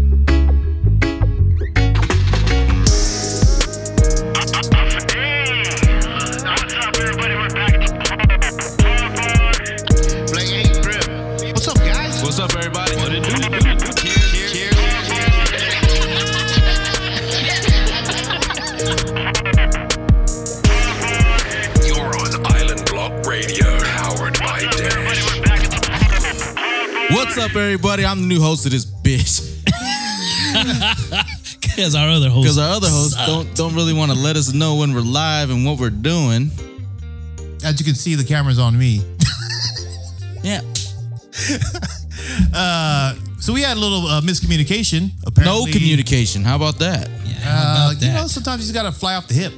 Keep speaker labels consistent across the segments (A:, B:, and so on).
A: Oh,
B: covered by Dash.
C: What's up, everybody? I'm the new host of this bitch
D: Because our other host.
C: because our other hosts don't don't really want to let us know when we're live and what we're doing.
E: As you can see, the camera's on me.
C: Yeah,
E: So we had a little uh, miscommunication. Apparently,
C: no communication. How about that?
D: Yeah, how
E: Uh,
D: about
E: you
D: that?
E: know, sometimes you just gotta fly off the hip.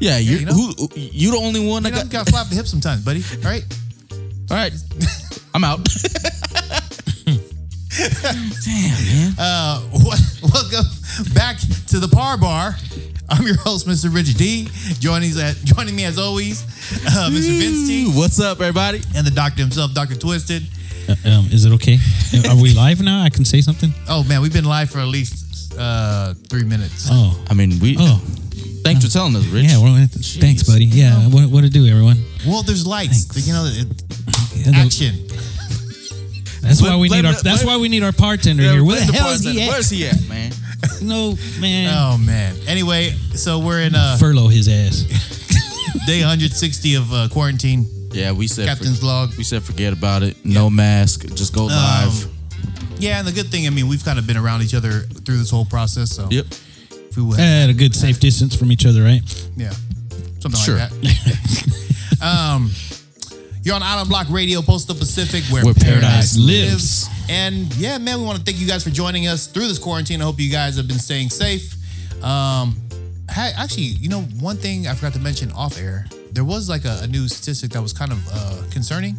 C: Yeah, you're
E: you know.
C: who you the only one
E: You
C: that
E: know, you
C: got.
E: gotta fly off the hip sometimes, buddy. All right.
C: All right, I'm out.
E: Uh, what, welcome back to the Par Bar. I'm your host, Mr. Richard D. Joining us, joining me as always, uh, Mr. Vince T.
C: What's up, everybody?
E: And the doctor himself, Doctor Twisted.
D: um, is it okay? Are we live now? I can say something.
E: Oh man, we've been live for at least uh, three minutes.
D: Oh,
C: I mean, we.
D: oh,
C: Thanks for telling us, Rich.
D: yeah. Well, thanks, buddy. Yeah. What, what to do, everyone?
E: Well, there's lights. You know, it,
D: Yeah, the-
E: action.
D: That's why we
C: Blame
D: need our.
C: the-
D: That's
C: blame-
D: why we need our bartender here. Where the hell is he at?
C: Where's he at, man?
D: No man.
E: Oh man. Anyway, so we're in uh,
D: Furlough his ass.
E: day 160 of uh, quarantine.
C: Yeah, we said.
E: Captain's Um, log.
C: we said forget about it. No mask. Just go live.
E: Yeah, and the good thing, I mean, we've kind of been around each other through this whole process. So
C: Yep.
E: if we would,
D: At a good safe distance from each other, right?
E: yeah, something
C: Sure.
E: like that. um, you're on Island Block Radio, Postal Pacific, where,
D: Where paradise lives.
E: And yeah, man, we want to thank you guys for joining us through this quarantine. I hope you guys have been staying safe. Um, ha- actually, you know, one thing I forgot to mention off air, there was like a, a new statistic that was kind of uh, concerning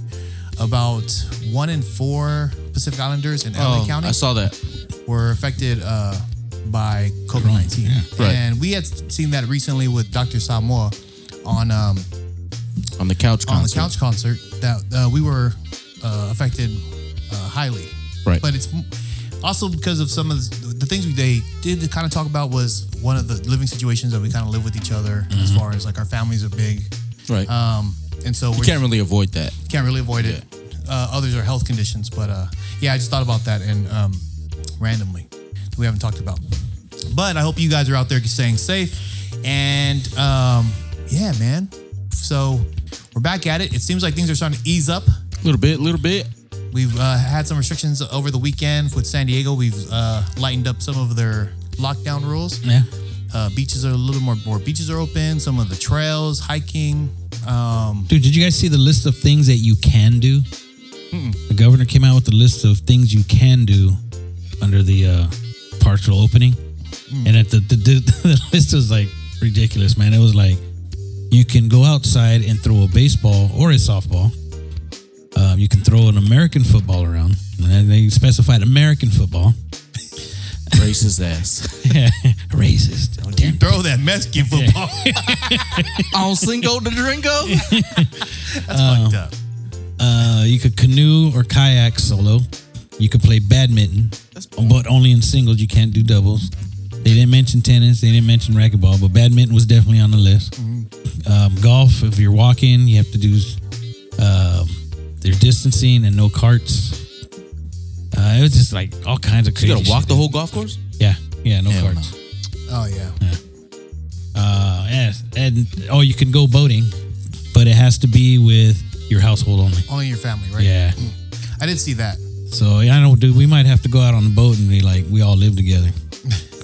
E: about one in four Pacific Islanders in LA
C: Oh,
E: County
C: I saw that.
E: were affected uh, by COVID 19.
C: Right.
E: And we had seen that recently with Dr. Samoa on um,
C: On the couch
E: on the
C: concert.
E: couch concert that uh, we were uh, affected uh, highly.
C: Right.
E: But it's m- also because of some of the, the things we they did kind of talk about was one of the living situations that we kind of live with each other as far as like our families are big.
C: Right.
E: Um, and so we
C: Mm-hmm. you can't really avoid that.
E: can't really avoid it. Uh, others are health conditions, but uh, yeah, I just thought about that and um, randomly that we haven't talked about. But I hope you guys are out there staying safe. And um, yeah, man. So we're back at it. It seems like things are starting to ease up.
C: Little bit. Little bit.
E: We've uh, had some restrictions over the weekend with San Diego. We've uh, lightened up some of their lockdown rules.
D: Yeah.
E: Uh, beaches are a little more. More beaches are open. Some of the trails, hiking. Um,
D: Dude, did you guys see the list of things that you can do? The governor came out with a list of things you can do under the uh, partial opening, and at the the, the the list was like ridiculous, man. It was like you can go outside and throw a baseball or a softball. Um, you can throw an American football around, and they specified American football.
C: Brace his ass.
D: Racist. Oh, damn.
E: throw that Mexican football.
C: on Cinco de Dringo.
E: fucked up.
D: Uh, you could canoe or kayak solo. You could play badminton, but only in singles. You can't do doubles. They didn't mention tennis. They didn't mention racquetball, but badminton was definitely on the list.
C: Mm-hmm.
D: Um, golf, if you're walking, you have to do um, their distancing and no carts. Uh, it was just like all kinds of crazy.
C: You gotta walk
D: shit.
C: the whole golf course.
D: Yeah, yeah, no
C: Hell
D: carts.
E: Oh yeah.
D: Uh, yes, and oh, you can go boating, but it has to be with your household only.
E: Only your family,
C: Oh.
E: right?
D: Yeah.
E: I did see that.
D: So yeah, I know, dude. We might have to go out on the boat and be like, we all live together.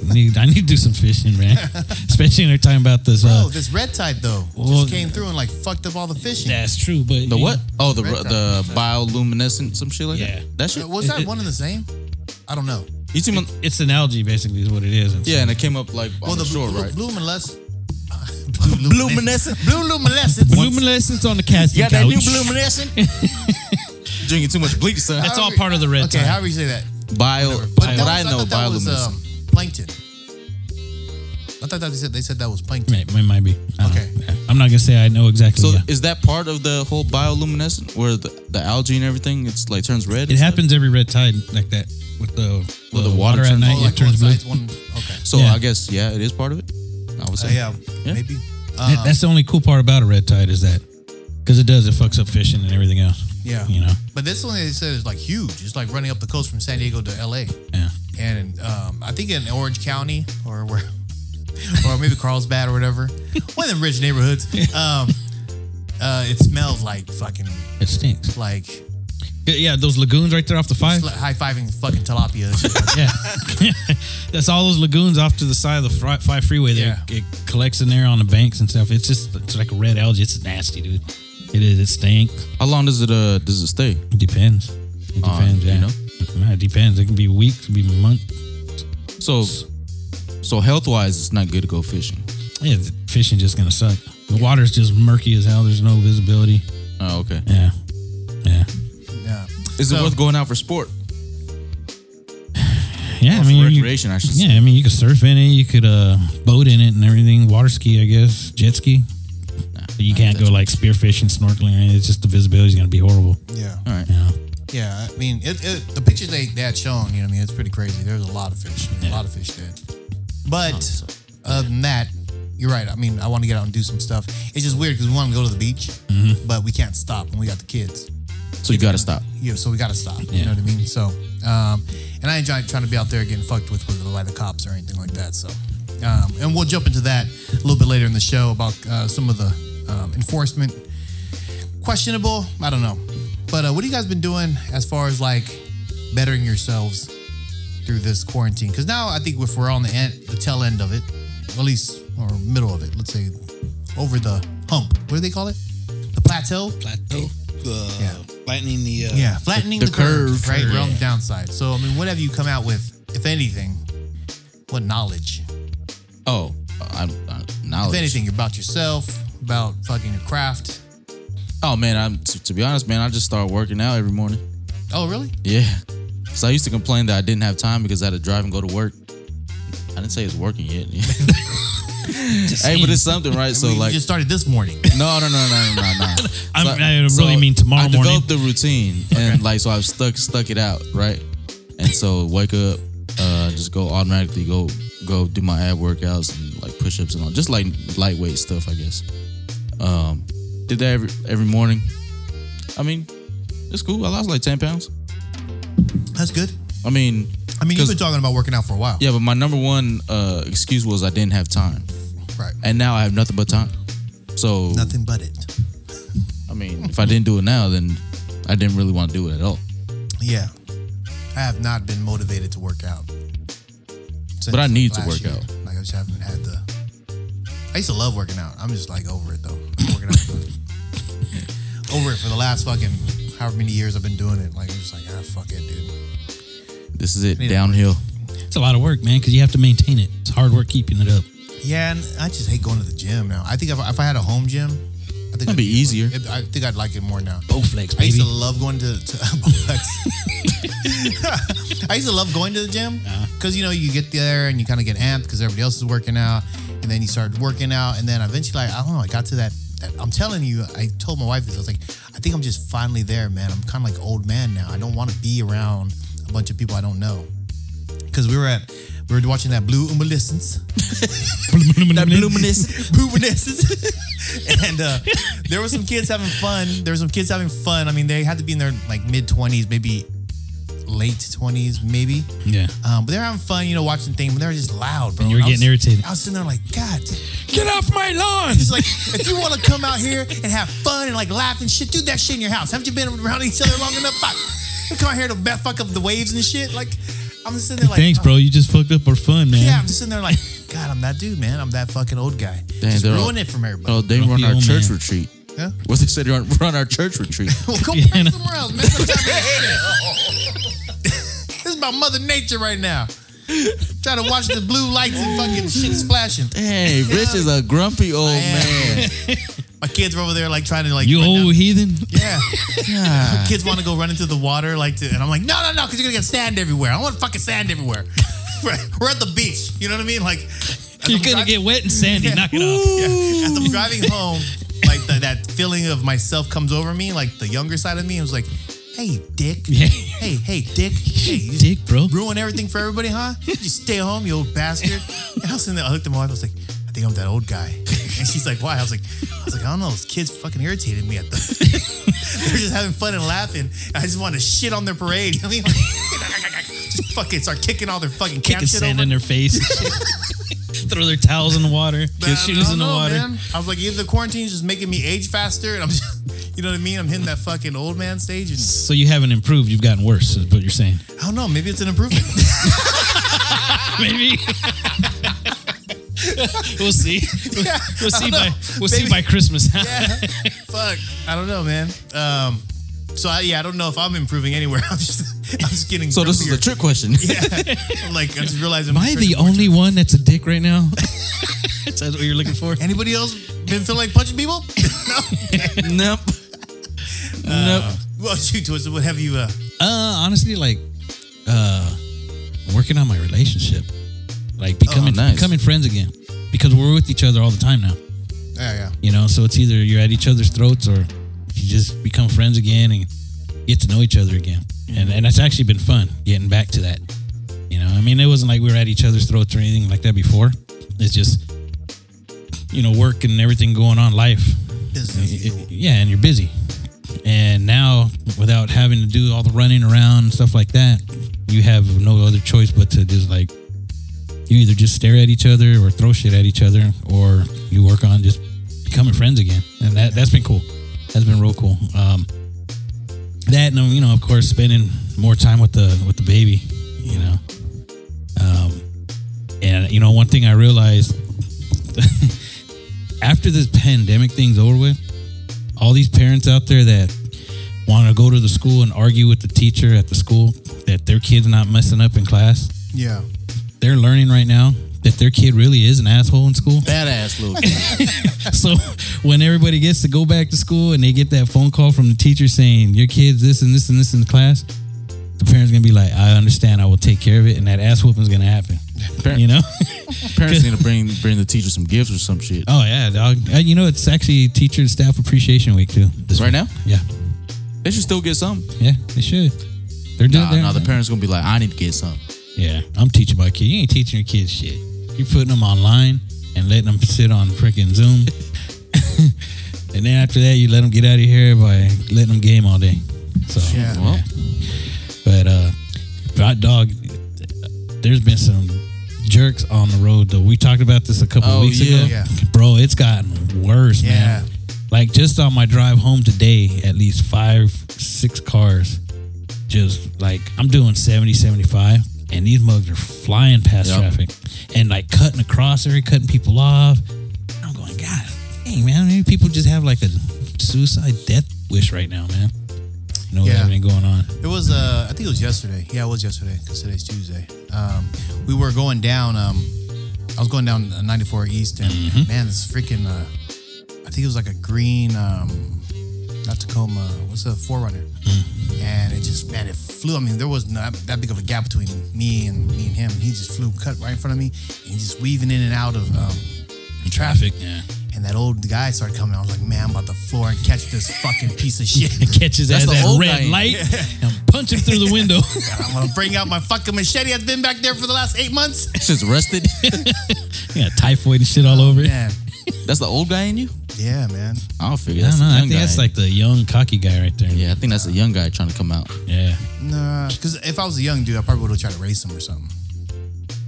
D: I need, I need to do some fishing, man. Especially when they're talking about this.
E: Oh,
D: Uh,
E: this red tide though
D: well-
E: just came through and like fucked up all the fishing.
D: that's true, but
C: The what? Oh, the
E: Red
C: the bioluminescent, some shit like
D: Yeah.
C: that. That shit.
E: Uh, Was
D: It-
E: that
D: it-
E: one and the same? I don't know.
C: You see, when-
D: It's an algae, basically, is what it is.
C: yeah, and it came up like on
E: Well,
C: the,
E: the
C: shore,
E: blue,
C: right?
E: blue luminescence.
C: Bluminescent.
E: Blue luminescence.
D: Luminescence on the casting couch.
E: luminescent.
C: Drinking too much bleach, son.
D: That's all part of the red
E: Okay,
D: tide.
E: however you say that.
C: Bio. But
E: But that
C: what
E: was,
C: I know,
E: thought that was
C: bioluminescent.
E: um, plankton. I thought that they said they said that was plankton.
D: May- may- might be. I don't
E: Okay.
D: know. Yeah. I'm not gonna say I know exactly.
C: so
D: yeah.
C: is that part of the whole bioluminescent, where the, the algae and everything, it's like turns red?
D: It
C: and stuff?
D: happens every red tide, like that, with the
C: With the water
D: at
C: turns-
D: night.
E: Oh,
D: yeah,
E: like one
D: turns blue.
E: side's one. Okay.
C: So
D: Yeah.
C: I guess yeah, it is part of it. I would
E: So
C: say.
E: Uh, yeah,
C: Yeah.
E: maybe.
D: That-
E: Um,
D: that's the only cool part about a red tide is that, because it does, it fucks up fishing and everything else.
E: yeah.
D: You know.
E: But this one they said is like huge. It's like running up the coast from San Diego to LA.
D: Yeah.
E: and um, I think in Orange County or where, or maybe Carlsbad or whatever, one of them rich neighborhoods. Um, Uh, it smells like fucking
D: It stinks.
E: like
D: Yeah, yeah, those lagoons right there off the five.
E: sl- high fiving fucking tilapia. and shit.
D: yeah, that's all those lagoons off to the side of the fri- five freeway. There, it collects in there on the banks and stuff. It's just it's like red algae. It's nasty, dude. It is. It stinks.
C: How long does it uh does it stay?
D: It depends. It
C: On,
D: depends.
C: Uh, you
D: yeah.
C: know?
D: Yeah, it depends. It can be weeks, it can be months.
C: So so health wise, it's not good to go fishing.
D: Yeah, the fishing just gonna suck. The water's just murky as hell. There's no visibility.
C: Oh, okay.
D: Yeah, yeah,
E: yeah.
C: Is it
E: So-
C: worth going out for sport?
D: yeah.
C: Or
D: I
C: for
D: mean, you-
C: recreation, I should say.
D: yeah, I mean, you could surf in it. You could uh, boat in it and everything. Water ski, I guess. Jet ski. But you can't go like spearfishing, snorkeling. or anything. It's just the visibility is gonna be horrible.
E: Yeah.
C: All right.
D: Yeah.
E: Yeah, I mean, it, it, the pictures they they had shown, you know, what I mean, it's pretty crazy. There's a lot of fish, a lot of fish dead.
C: Oh,
E: But other than that, you're right. I mean, I want to get out and do some stuff. It's just weird because we want to go to the beach,
C: Mm-hmm.
E: but we can't stop when we got the kids.
C: So you gotta stop.
E: Yeah, so we got to stop. You
D: Yeah.
E: know what I mean? So, um, and I ain't trying, trying to be out there getting fucked with with by the cops or anything like that. So, um, and we'll jump into that a little bit later in the show about uh, some of the um, enforcement questionable. I don't know, but uh, what have you guys been doing as far as like bettering yourselves through this quarantine? Because now I think if we're on the end, the tail end of it, at least or middle of it, let's say over the hump. What do they call it? The plateau.
B: plateau. Uh,
E: Yeah.
B: Flattening the. Uh,
E: Yeah, flattening the,
C: the
E: curve,
C: curve.
E: right? We're on the
B: Yeah.
E: downside. So, I mean, what have you come out with, if anything? What knowledge,
C: Oh, I, I
E: if
C: knowledge.
E: anything, about yourself, about fucking your craft?
C: Oh man, I'm to, to be honest, man, I just start working out every morning.
E: Oh, really?
C: Yeah. So I used to complain that I didn't have time because I had to drive and go to work. I didn't say it's working yet. hey, but it's something, right? So
E: we
C: like,
E: just started this morning.
C: no, no, no, no, no, no, no.
D: I'm, I
C: So so
D: really mean tomorrow
C: I
D: morning.
C: developed the routine, and like, so I've stuck stuck it out, right? And so wake up, uh, just go automatically go go do my ab workouts and like push ups and all, just like lightweight stuff, I guess. Um, did that every every morning. I mean, it's cool. I lost like ten pounds.
E: That's good.
C: I mean,
E: I mean, you've
C: 'Cause-
E: been talking about working out for a while,
C: yeah, but my number one uh, excuse was I didn't have time,
E: right?
C: and now I have nothing but time. So
E: Nothing but it.
C: I mean, if I didn't do it now, then I didn't really want to do it at all.
E: Yeah, I have not been motivated to work out. Since
C: But I need to
E: last
C: work out.
E: Like I just haven't had the. I used to love working out. I'm just like over it though. I'm working out. for- over it for the last fucking however many years I've been doing it. Like I'm just like ah fuck it, dude.
C: This is it,
E: Need a
C: downhill.
D: It's a lot of work, man, because you have to maintain it. It's hard work keeping it up.
E: Yeah, and I just hate going to the gym now. I think if, if I had a home gym, I think
C: That'd
E: I'd
C: be easier.
E: it- I think I'd like it more now.
D: Bowflex,
E: I used
D: baby.
E: to love going to, to Bowflex. I used to love going to the gym because you know you get there and you kind of get amped because everybody else is working out, and then you start working out, and then eventually, like, I don't know, I got to that. that I'm telling you, I told my wife this. I was like, I think I'm just finally there, man. I'm kind of like old man now. I don't want to be around a bunch of people I don't know because we were at we were watching that Blue Umbilescence.
D: that
E: Luminous. and uh, there were some kids having fun. There were some kids having fun. I mean, they had to be in their like mid twenties, maybe late twenties, maybe.
D: Yeah.
E: Um, but they're having fun, you know, watching things. But they're just loud, bro.
D: And you were
E: I was-
D: getting irritated.
E: I was sitting there like, God, it's
D: Get off my lawn.
E: like if you want to come out here and have fun and like laugh and shit, do that shit in your house. Haven't you been around each other long enough? Fuck. You come out here to back fuck up the waves and shit. Like, I'm just sitting there like,
D: Thanks,
E: oh,
D: bro. You just fucked up our fun, man.
E: Yeah, I'm just sitting there like, God, I'm that dude, man. I'm that fucking old guy.
C: Dang,
E: just
C: they're
E: ruin
C: all-
E: it from everybody.
C: Oh, they
D: Grumpy
C: were on our
D: old
C: church
D: man.
C: retreat.
E: Yeah.
C: What they said, you're on, we're on our church retreat.
E: Well, go
D: Yeah, I
E: party
D: know.
E: somewhere else, man. Stop talking about this. This is about Mother Nature right now. Trying to watch the blue lights and fucking shit splashing.
C: hey, Rich is a grumpy old
E: am.
C: man.
E: My kids were over there like trying to like
D: You
E: run down-
D: old heathen.
E: Yeah. My kids want to go run into the water like to, and I'm like, no, no, no, because you're gonna get sand everywhere. I want fucking sand everywhere. We're we're at the beach. You know what I mean? Like as
D: You're
E: I'm
D: gonna
E: driving-
D: get wet and sandy. Knock it off.
E: yeah, as I'm driving home, like the, that feeling of myself comes over me, like the younger side of me. It was like, hey, dick.
D: Yeah.
E: Hey, hey, dick. Hey, you just
D: Dick, bro.
E: Ruin everything for everybody, huh? You just stay home, you old bastard. And I was in there, I looked at my wife, I was like, I think I'm that old guy. And she's like, why? I was like, I was like, I don't know. Those kids fucking irritated me at the. they were just having fun and laughing. I just wanted to shit on their parade. You know what I mean? Like, just fucking start kicking all their fucking camp
D: Kicking
E: shit
D: sand
E: over.
D: in their face. throw their towels in the water,
E: I
D: their shoes
E: don't
D: in the
E: know,
D: water.
E: man. I was like, either the quarantine's just making me age faster, and I'm, just, you know what I mean? I'm hitting that fucking old man stage, and
D: So you haven't improved. You've gotten worse, is what you're saying.
E: I don't know. Maybe it's an improvement.
D: Maybe. we'll see.
E: Yeah,
D: We'll
E: I
D: see
E: don't know.
D: by we'll see
E: Maybe-
D: by Christmas.
E: Yeah. Fuck. I don't know, man. Um. So I, yeah, I don't know if I'm improving anywhere. I'm just, I'm just getting.
C: So this is a
E: grumpier.
C: trick question.
E: I'm like I'm just realizing.
D: Am
E: I'm
D: I
E: turning-
D: the only one that's a dick right now? Is that what you're looking for?
E: Anybody else been feeling like punching people? no.
C: nope. nope.
E: Well, shoot, Twisted. What have you? Uh,
D: Uh, honestly, like uh, working on my relationship, like becoming
E: Oh,
C: nice.
D: becoming friends again, because we're with each other all the time now.
E: yeah, yeah.
D: You know, so it's either you're at each other's throats or you just become friends again and get to know each other again. And and that's actually been fun getting back to that. You know, I mean, it wasn't like we were at each other's throats or anything like that before. It's just you know, work and everything going on, life
E: Business. as
D: it-
E: usual.
D: yeah, and you're busy. And now, without having to do all the running around and stuff like that, you have no other choice but to just like, you either just stare at each other or throw shit at each other, or you work on just becoming friends again. And that, that's been cool. That's been real cool. Um, that and you know, of course, spending more time with the with the baby, you know. Um, and you know, one thing I realized after this pandemic thing's over with, all these parents out there that want to go to the school and argue with the teacher at the school that their kid's not messing up in class,
E: Yeah.
D: they're learning right now that their kid really is an asshole in school.
C: Badass little kid.
D: so when everybody gets to go back to school and they get that phone call from the teacher saying your kid's this and this and this in the class, the parent's gonna be like, I understand, I will take care of it, and that ass whooping's gonna happen.
C: Parent-
D: You know?
C: Parents need to bring bring the teacher some gifts or some shit.
D: oh yeah, dog. Uh, You know, it's actually teacher and staff appreciation week too. This
C: Right
D: week.
C: now,
D: Yeah.
C: they should still get some.
D: Yeah, they should. They're doing
C: Nah,
D: they're-
C: nah, the parents gonna be like, I need to get some.
D: Yeah, I'm teaching my kid. You ain't teaching your kids shit. You're putting them online and letting them sit on freaking Zoom. and then after that, you let them get out of here by letting them game all day. So,
E: Yeah.
C: Well,
D: but uh, hot dog, there's been some jerks on the road though. We talked about this a couple
C: Oh,
D: weeks
C: yeah.
D: ago,
E: Yeah.
D: bro. It's gotten worse, man.
E: Yeah.
D: Like just on my drive home today, at least five, six cars. Just like I'm doing 70, 75, and these mugs are flying past
C: Yep.
D: traffic and like cutting across area, cutting people off. I'm going, God, dang, man. Maybe people just have like a suicide death wish right now, man. You know, with
E: Yeah.
D: everything going on.
E: It was uh I think it was yesterday. Yeah, it was yesterday because today's Tuesday. Um, we were going down. Um, I was going down uh, 94 East, and man, this freaking. Uh, I think it was like a green, um, not Tacoma. What's a Forerunner? And it just man, it flew. I mean, there was not that big of a gap between me and me and him. He just flew, cut right in front of me, and he's just weaving in and out of um,
D: Traffic, yeah.
E: And that old guy started coming. I was like, man, I'm about to floor and catch this fucking piece of shit.
D: catches
C: That's
D: as
C: the
D: that
C: old
D: red
C: guy.
D: light and punch him through the window.
E: I'm gonna bring out my fucking machete. I've been back there for the last eight months.
C: it's just rusted.
D: yeah, typhoid and shit all over it.
E: Man,
C: that's the old guy in you.
E: yeah, man.
C: I don't figure.
D: I
C: That's
D: don't know.
C: the
D: I
C: young
D: think
C: guy.
D: that's like the young cocky guy right there.
C: yeah, I think that's a young guy trying to come out.
D: Yeah.
E: Nah, because if I was a young dude, I probably would have tried to race him or something.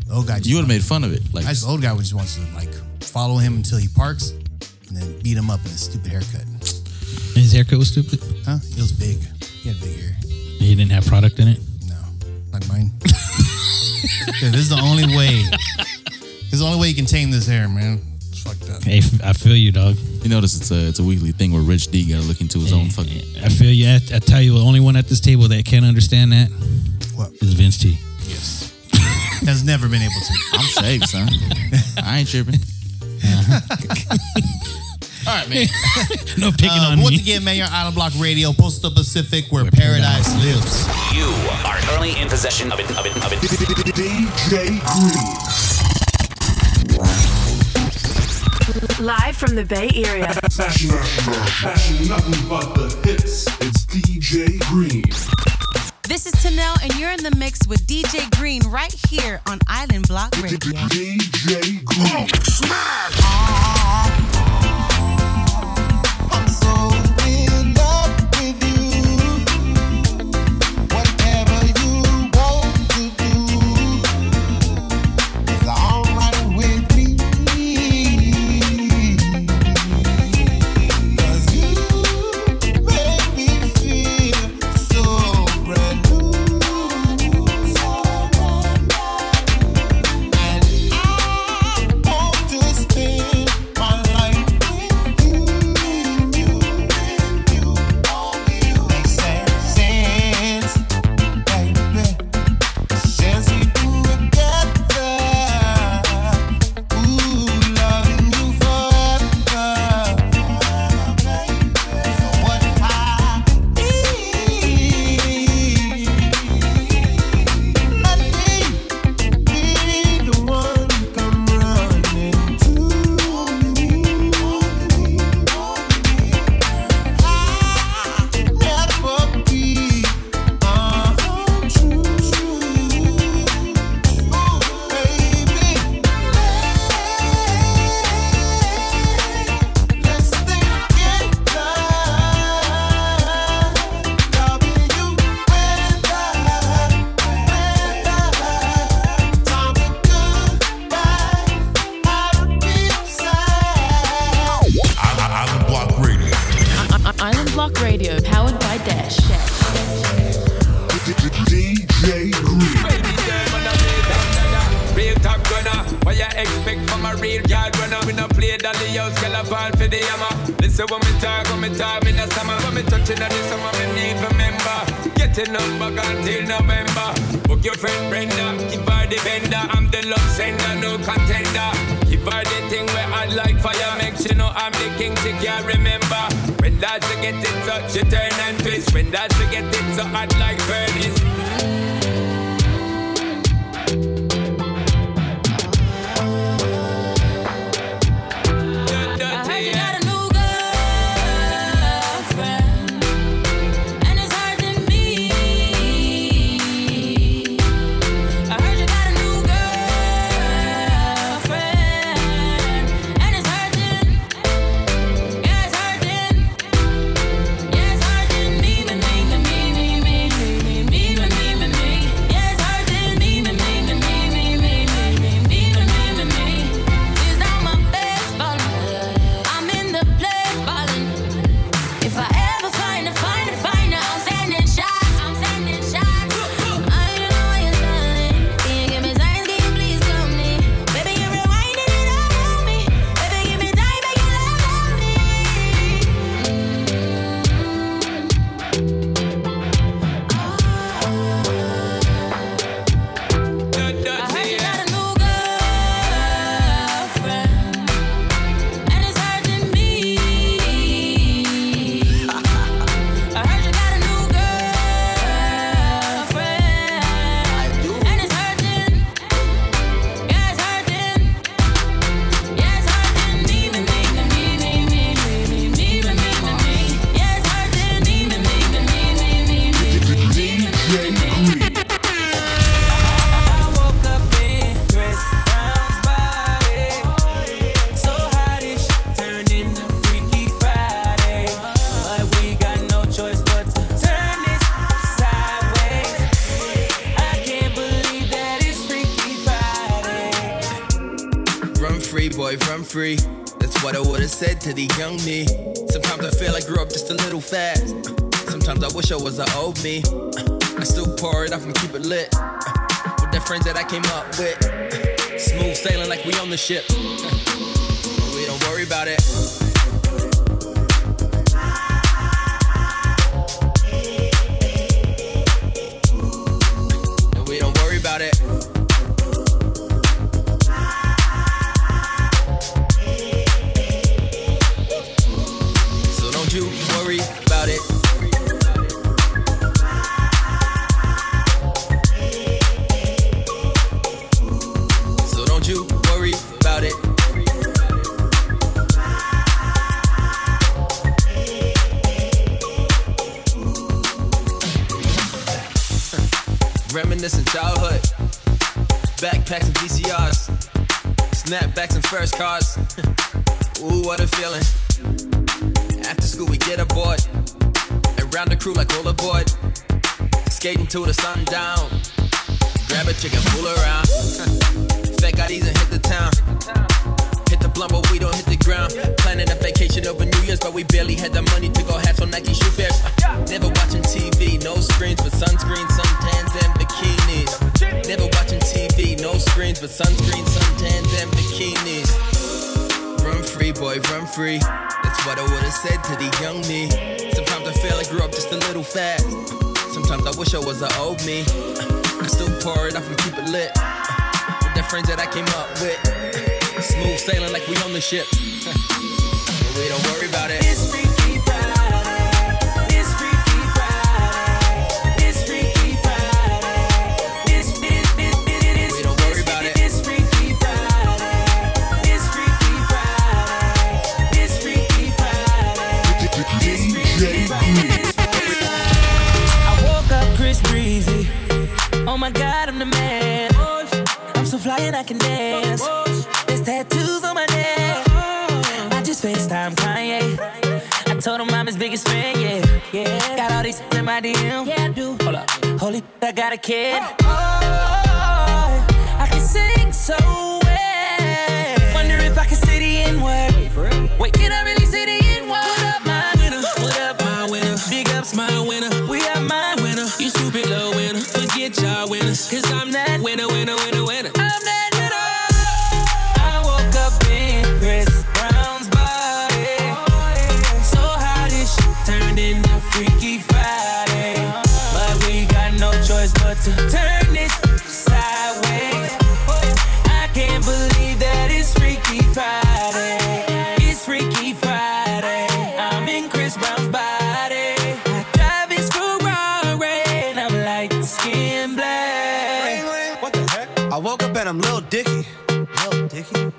E: The old guy, just
C: You would have made fun of it. Like,
E: I just, the old guy would just wants to like follow him until he parks, and then beat him up in his stupid haircut.
D: His haircut was stupid.
E: Huh? It was big. He had big hair.
D: He didn't have product in it.
E: No, like mine. yeah, this is the only way. This is the only way you can tame this hair, man. It's fucked up.
D: Hey, f- I feel you, dog.
C: you notice it's a it's a weekly thing where Rich D got to look into his own fucking.
D: I feel you. I, I tell you, the only one at this table that can understand that
E: What?
D: is Vince T.
E: Yes. Has never been able to.
C: I'm safe, son. I ain't tripping. All right, man.
D: No picking
E: Uh,
D: on
E: once
D: me.
E: again, man, you're Island Block Radio, Postal Pacific, where, paradise lives.
F: You are currently in possession of it, of it, of it.
G: DJ Groove.
H: Live from the Bay Area.
G: Fashion, fashion, nothing but the hits. It's DJ Green.
I: This is Tanel, and you're in the mix with DJ Green right here on Island Block Radio.
G: DJ Green.
J: Whatever you want to do is all right with me.
H: uh-huh,
J: inna the house, girl, I ball for the hammer. Listen when me talk, when me talk, me the summer. When me touching on the summer, me need remember. Getting up back until November. Book your friend Brenda, keep her the vendor. I'm the love sender, no contender. Give her the thing where I like fire. Make she know I'm the king, she can't remember. When that she get it, so she turn and twist. When that she get it, so hot like furnace.
H: I
J: Dirty,
H: heard Uh-huh, you
J: yeah.
H: got a new girlfriend, and it's hurting me. I heard you got a new girlfriend, and it's hurting. Yeah, it's hurting. Yeah, it's hurting me, me, me, me, me, me, me, me, me, me, me. Yeah, it's hurting me, me, me, me, me, me, me, me, me, me, me, me. She's not my best ballin'. I'm in the place ballin'. If I ever find her, find her, find her, I'm sending shots. I'm sending shots. I don't know what you're telling. Can you give me signs? Can you please come me? Baby, you're rewinding it all on me. Baby, give me time, make you love on me. I heard you got a new girlfriend. And it's hurting me. I heard you got a new girlfriend. And it's hurting. Yeah, it's hurting. Yeah, it's hurting me, me, me, me, me, me, me, me, me, me, me, me. Yeah, it's hurting me, me, me, me, me, me, me, me, me.
J: I woke up in Chris Brown's body. So how did she turn into Freaky Friday? But we got no choice but to turn this sideways. I can't believe that it's Freaky Friday.
K: Run free, boy, run free. That's what I would've said to the young me. Sometimes I feel I grew up just a little fast. Sometimes I wish I was an old me. I still pour it off and keep it lit. With the friends that I came up with. Smooth sailing like we on the ship. We don't worry about it. We don't worry about it. So don't you worry about it. So don't you worry about it. Reminiscing childhood, backpacks and VCRs, snapbacks and first cars. Ooh, what a feeling. After school, we get aboard. Around the crew like rollerboard. Skating to the sundown. Grab a chick and fool around. Fake IDs and hit the town. Hit the blunt, but we don't hit the ground. Planning a vacation over New Year's, but we barely had the money to go have some Nike shoe pairs. Never watching TV, no screens, but sunscreen, suntans, and bikinis. Never watching TV, no screens, but sunscreen, suntans, and bikinis. Run free, boy, run free. That's what I would've said to the young me. Sometimes I feel I grew up just a little fast. Sometimes I wish I was an old me. I still pour it off and keep it lit. With the friends that I came up with. Smooth sailing like we on the ship. We don't worry about it.
J: It's Freaky Friday. It's Freaky Friday. It's Freaky Friday. It's it's it's it's
K: We don't worry about it.
J: it's Freaky Friday. It's Freaky Friday. It's Freaky Friday.
H: I woke up Chris Breezy. Oh my god, I'm the man. I'm so fly and I can dance. There's tattoos on my neck. I just FaceTime Kanye. I told him I'm his biggest fan, yeah. yeah. Got all these in my DM. Yeah, I do. Hold up. Holy, I got a kid. Oh, I can sing so well. Wonder if I can say the N word. Wait, can I really say the N word? What up, my winner? What up, my winner? Big ups, my winner. We are my winner. You stupid little winner. Forget y'all winners. Cause I'm that winner, winner, winner, winner. I'm that winner. I woke up in Chris Brown. have to turn this sideways. I can't believe that it's Freaky Friday. It's Freaky Friday. I'm in Chris Brown's body. I drive his Ferrari and I'm like skin black. What the heck?
L: I woke up and I'm Lil Dicky. Lil Dicky?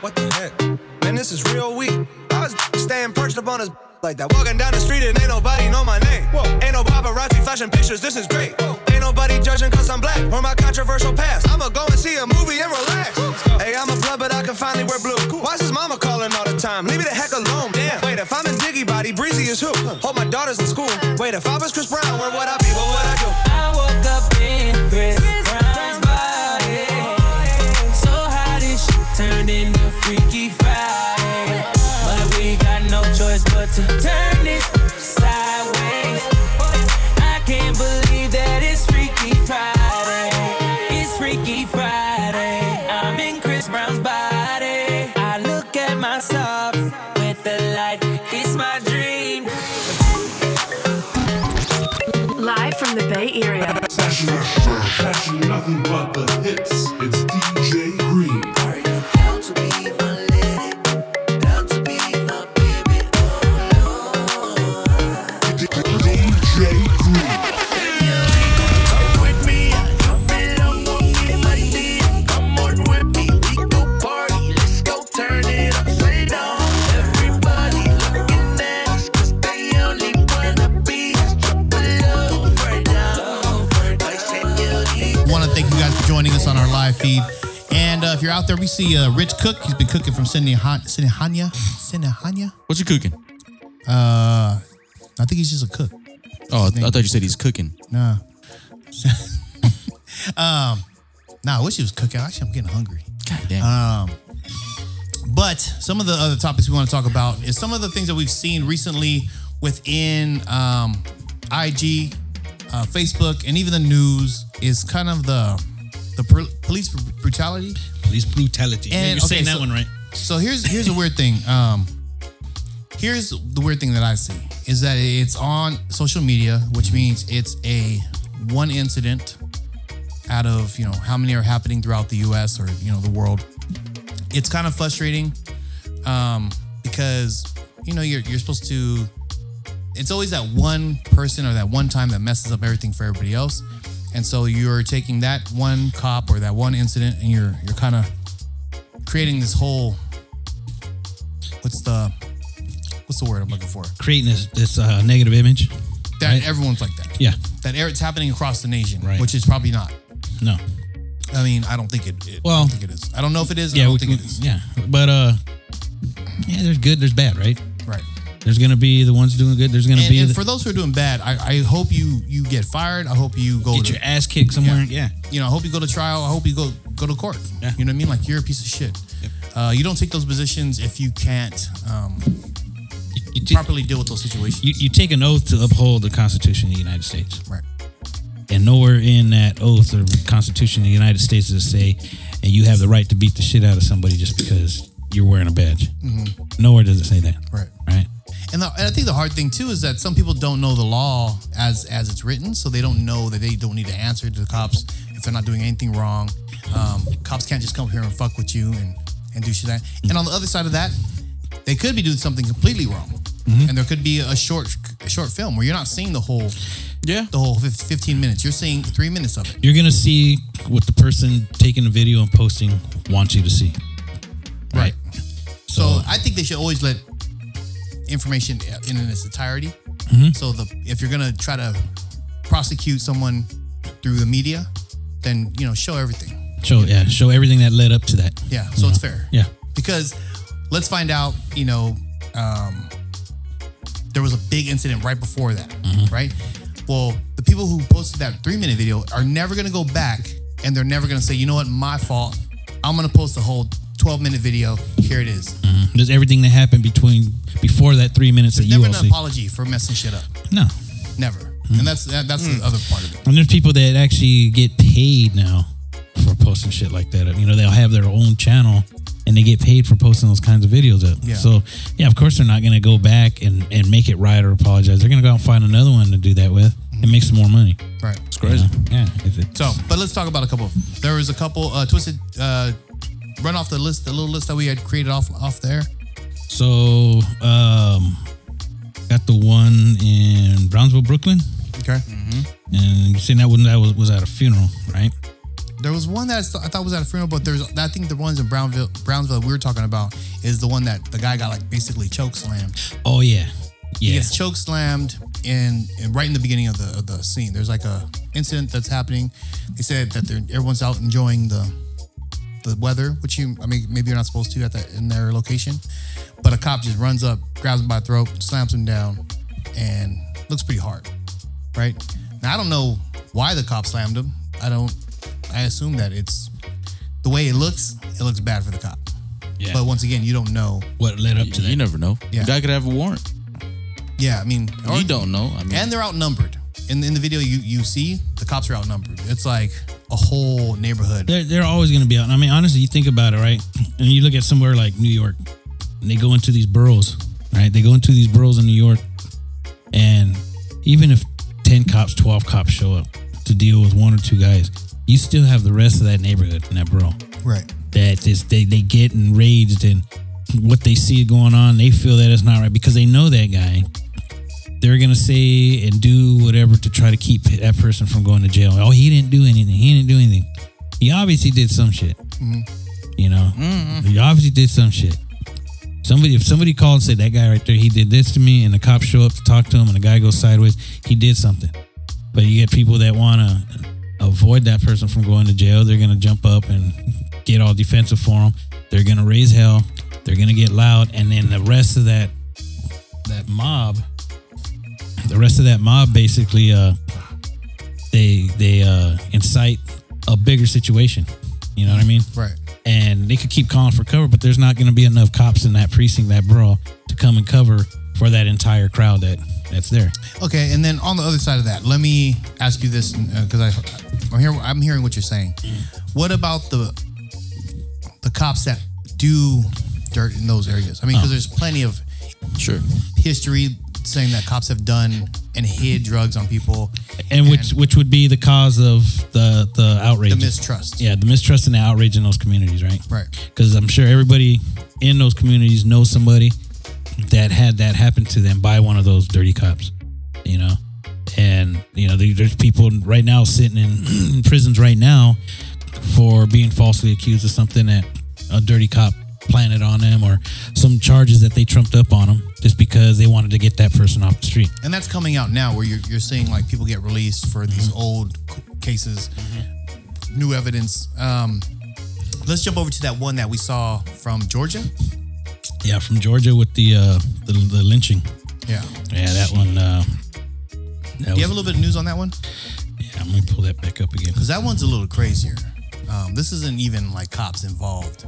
L: what the heck? Man, this is real weak. I was staying perched up on his like that. Walking down the street and ain't nobody know my name. Ain't no paparazzi flashing pictures, this is great. Ain't nobody judging cause I'm black or my controversial past. I'ma go and see a movie and relax. Hey, I'm a blood, but I can finally wear blue. Why's his mama calling all the time? Leave me the heck alone, damn. Wait, if I'm in Diggy Body, Breezy is who? Hold my daughters in school. Wait, if I was Chris Brown, where would I be? What would I do?
H: I woke up in Chris Brown's body. So how this shit turned into Freaky Friday? But we got no choice but to turn this sideways. I can't believe that it's Freaky Friday. It's Freaky Friday. I'm in Chris Brown's body. I look at myself with the light. It's my dream.
M: Live from the Bay Area.
A: Fashion, fashion, nothing but the hits. It's DJ Green.
E: Want to thank you guys for joining us on our live feed. And uh, if you're out there, we see uh, Rich Cook. He's been cooking from Sinihanya. Sinihanya?
C: What you cooking?
E: Uh, I think he's just a cook.
C: Oh, I, th- I thought you said he's cooking.
E: Nah. um, nah, I wish he was cooking. Actually, I'm getting hungry.
C: God damn.
E: Um, but some of the other topics we want to talk about is some of the things that we've seen recently within um, IG, uh, Facebook, and even the news is kind of the the pr- police brutality.
N: Police brutality. Yeah, you're saying that
E: so,
N: one right.
E: So here's here's a weird thing. Um, here's the weird thing that I see is that it's on social media, which means it's a one incident out of you know how many are happening throughout the U.S. or you know the world. It's kind of frustrating um, because you know you're you're supposed to. It's always that one person or that one time that messes up everything for everybody else, and so you're taking that one cop or that one incident and you're you're kind of creating this whole. What's the what's the word I'm looking for?
D: Creating this this uh, negative image.
E: That
D: right?
E: everyone's like that.
D: Yeah.
E: That air- it's happening across the nation,
D: Right.
E: which is probably not.
D: No.
E: I mean, I don't think it. it
D: Well-
E: I don't think it is. I don't know if it is.
D: yeah,
E: I don't
D: we
E: think
D: can-
E: it is.
D: Yeah, but uh, yeah, there's good, there's bad, right?
E: Right.
D: There's gonna be the ones doing good. There's gonna
E: And,
D: be
E: and
D: the,
E: for those who are doing bad, I, I hope you you get fired. I hope you go
D: Get
E: to,
D: your ass kicked somewhere, yeah.
E: You know, I hope you go to trial. I hope you go go to court. You know what I mean? Like you're a piece of shit. Uh, you don't take those positions if you can't um, properly deal with those situations.
D: you, you take an oath to uphold the Constitution of the United States.
E: Right.
D: And nowhere in that oath or Constitution of the United States does it say, and you have the right to beat the shit out of somebody just because you're wearing a badge.
E: Mhm.
D: Nowhere does it say that.
E: Right.
D: Right.
E: And, the, and I think the hard thing too is that some people don't know the law as as it's written, so they don't know that they don't need to answer to the cops if they're not doing anything wrong. Um, cops can't just come here and fuck with you and and do shit. Like that. And on the other side of that, they could be doing something completely wrong, and there could be a short a short film where you're not seeing the whole
C: yeah
E: the whole fif- 15 minutes. You're seeing three minutes of it.
D: You're gonna see what the person taking the video and posting wants you to see.
E: Right. So I think they should always let information in in its entirety.
D: Mhm.
E: So the if you're gonna try to prosecute someone through the media, then you know show everything.
D: Show yeah, show everything that led up to that.
E: Yeah, so
D: You
E: it's
D: know?
E: fair.
D: Yeah.
E: Because let's find out. You know, um, there was a big incident right before that,
D: Mm-hmm.
E: right? Well, the people who posted that three minute video are never gonna go back, and they're never gonna say, you know what, my fault. I'm gonna post the whole 12 minute video. Here it is.
D: Mhm. There's everything that happened between before that three minutes that you
E: never
D: all
E: an
D: see.
E: apology for messing shit up.
D: No.
E: Never. And that's that, that's the other part of it.
D: And there's people that actually get paid now for posting shit like that. You know, they'll have their own channel and they get paid for posting those kinds of videos up.
E: Yeah.
D: So yeah, of course they're not gonna go back and, and make it right or apologize. They're gonna go out and find another one to do that with.
E: Mm-hmm.
D: It makes more money.
E: Right.
D: It's crazy. Yeah. if it's-
E: So, but let's talk about a couple. There was a couple uh, twisted. Uh, run off the list, the little list that we had created off off there.
D: So, um, got the one in Brownsville, Brooklyn,
E: Okay.
D: and you're saying that one that was, was at a funeral, right?
E: There was one that I th- I thought was at a funeral, but there's I think the ones in Brownville, Brownsville we were talking about is the one that the guy got like basically choke slammed.
D: Oh yeah,
E: He
D: yeah.
E: gets choke slammed and, and right in the beginning of the of the scene. There's like a incident that's happening. They said that they're, everyone's out enjoying the the weather, which you I mean maybe you're not supposed to at that in their location, but a cop just runs up, grabs him by the throat, slams him down, and looks pretty hard, right? Now I don't know why the cop slammed him. I don't. I assume that it's the way it looks. It looks bad for the cop.
D: Yeah.
E: But once again, you don't know.
D: What led up to that?
C: You never know.
E: Yeah.
C: The guy could have a warrant.
E: Yeah, I mean,
C: you don't know. I mean,
E: and they're outnumbered. In, in the video you, you see, the cops are outnumbered. It's like a whole neighborhood.
D: They're, they're always going to be out. I mean, honestly, you think about it, right? And you look at somewhere like New York, and they go into these boroughs, right? They go into these boroughs in New York, and even if 10 cops, 12 cops show up to deal with one or two guys, you still have the rest of that neighborhood in that borough
E: Right.
D: that is they, they get enraged and what they see going on, they feel that it's not right because they know that guy. They're gonna say and do whatever to try to keep that person from going to jail. Oh, he didn't do anything. He didn't do anything. He obviously did some shit. You know, he obviously did some shit. Somebody, if somebody called and said that guy right there, he did this to me, and the cops show up to talk to him, and the guy goes sideways, he did something. But you get people that want to avoid that person from going to jail. They're going to jump up and get all defensive for him. They're going to raise hell. They're going to get loud, and then the rest of that that mob, the rest of that mob, basically, uh, they they uh, incite a bigger situation. You know what I mean?
E: Right.
D: And they could keep calling for cover, but there's not going to be enough cops in that precinct, that borough, to come and cover for that entire crowd that that's there.
E: Okay, and then on the other side of that, let me ask you this because I, I'm here. I'm hearing what you're saying. What about the the cops that do dirt in those areas? I mean, because there's plenty of
C: sure
E: history saying that cops have done and hid drugs on people.
D: and which which would be the cause of the the outrage,
E: The mistrust.
D: Yeah, the mistrust and the outrage in those communities, right?
E: Right.
D: Because I'm sure everybody in those communities knows somebody that had that happen to them by one of those dirty cops, you know. And you know, there- there's people right now sitting in prisons right now for being falsely accused of something that a dirty cop planted on them or some charges that they trumped up on them just because they wanted to get that person off the street.
E: and that's coming out now where you're, you're seeing like people get released for these old c- cases new evidence um let's jump over to that one that we saw from georgia
D: Yeah, from Georgia with the uh, the, the lynching.
E: yeah
D: Yeah, that one. Uh,
E: do
D: that
E: you have a little bit of news on that one
D: Yeah, I'm gonna pull that back up again.
E: because that one's a little crazier um this isn't even like cops involved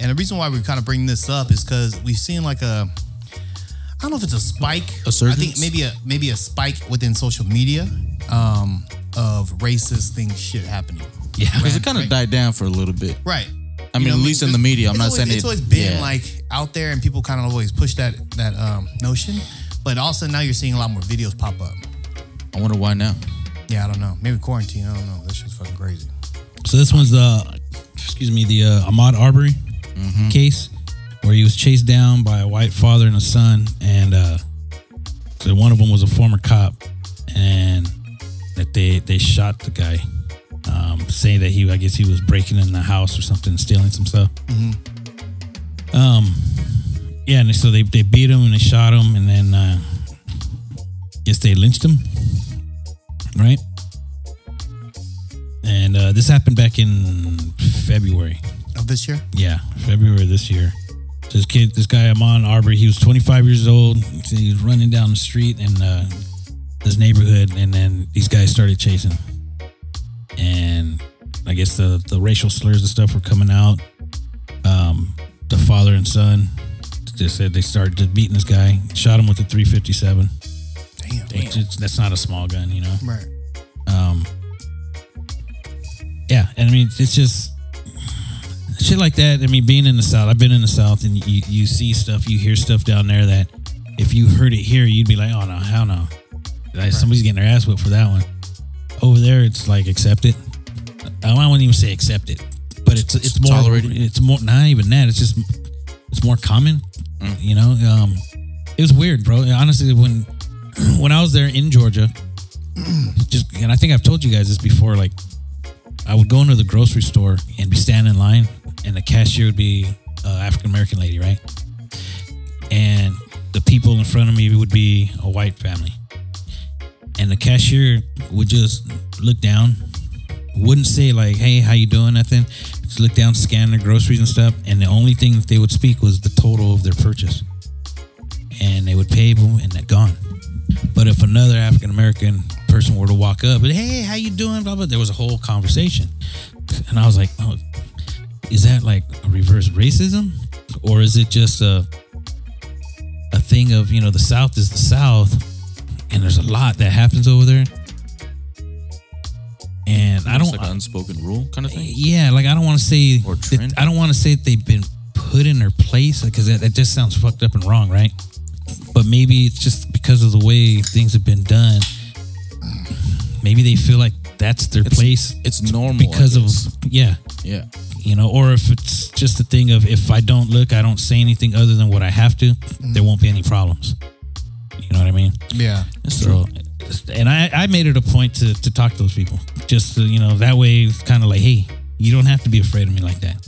E: and the reason why we kind of bring this up is because we've seen like a I don't know if it's a spike.
C: A surge?
E: I think maybe a maybe a spike within social media um, of racist things shit happening.
C: yeah, because it kind of died down for a little bit.
E: Right.
C: I
E: You
C: mean,
E: know,
C: at least in the
E: it's-
C: media. I'm
E: it's
C: not
E: always,
C: saying
E: it's
C: it-
E: always been
C: yeah.
E: like out there, and people kind of always push that that um, notion. But all of a sudden now you're seeing a lot more videos pop up.
C: I wonder why now.
E: Yeah, I don't know. Maybe quarantine. I don't know. This shit's fucking crazy.
D: So this one's the, excuse me, the uh, Ahmad Arbery case, where he was chased down by a white father and a son, and uh, so one of them was a former cop, and that they they shot the guy, um, saying that he, I guess he was breaking in the house or something, stealing some stuff. Um, yeah, and so they they beat him and they shot him, and then uh, guess they lynched him, right? And uh, this happened back in February.
E: Of this year?
D: Yeah, February this year. So this kid, this guy Amon Arbery, he was 25 years old. So He was running down the street in uh, this neighborhood, and then these guys started chasing. him. And I guess the the racial slurs and stuff were coming out. Um, the father and son just said they started just beating this guy, shot him with a 357.
E: Damn.
D: Which is, that's not a small gun, you know.
E: Right.
D: Um, yeah, and I mean, it's just shit like that. I mean, being in the South, I've been in the South, and you, you see stuff, you hear stuff down there that if you heard it here, you'd be like, oh no, hell no. Like, Somebody's getting their ass whipped for that one. Over there, it's like accept it. I I wouldn't even say accept it, but it's it's more
C: Tolerated.
D: It's more not even that. It's just it's more common. You know, um, it was weird, bro. Honestly, when when I was there in Georgia, just and I think I've told you guys this before. Like, I would go into the grocery store and be standing in line, and the cashier would be uh, African American lady, right? And the people in front of me would be a white family, and the cashier would just look down, wouldn't say like, "Hey, how you doing?" Nothing. Just look down, scan their groceries and stuff, and the only thing that they would speak was the total of their purchase, and they would pay boom, and they're gone. But if another African American person were to walk up, and hey, how you doing? Blah blah. There was a whole conversation, and I was like, oh, is that like a reverse racism, or is it just a a thing of you know the South is the South, and there's a lot that happens over there, and I
C: It's
D: don't
C: like an unspoken rule kind of thing.
D: yeah, like I don't want to say. That, I don't want to say that they've been put in their place because that, that just sounds fucked up and wrong, right? But maybe it's just because of the way things have been done. Maybe they feel like that's their place.
C: It's normal I
D: because of
C: guess.
D: yeah,
C: Yeah.
D: you know, or if it's just a thing of if I don't look, I don't say anything other than what I have to, there
C: Mm.
D: won't be any problems. You know what I mean?
E: Yeah.
D: So, and I, I made it a point to, to talk to those people. Just, to, you know, that way it's kind of like, hey, you don't have to be afraid of me like that.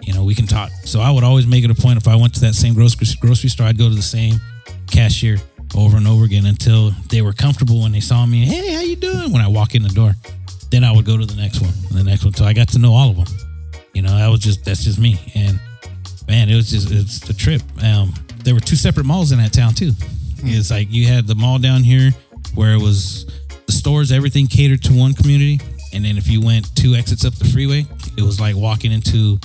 D: You know, we can talk. So I would always make it a point if I went to that same grocery, grocery store, I'd go to the same cashier over and over again until they were comfortable when they saw me. Hey, how you doing? When I walk in the door, then I would go to the next one and the next one. So I got to know all of them. You know, that was just, that's just me. And man, it was just, it's a trip. Um, there were two separate malls in that town too. It's like you had the mall down here where it was the stores, everything catered to one community. And then if you went two exits up the freeway, it was like walking into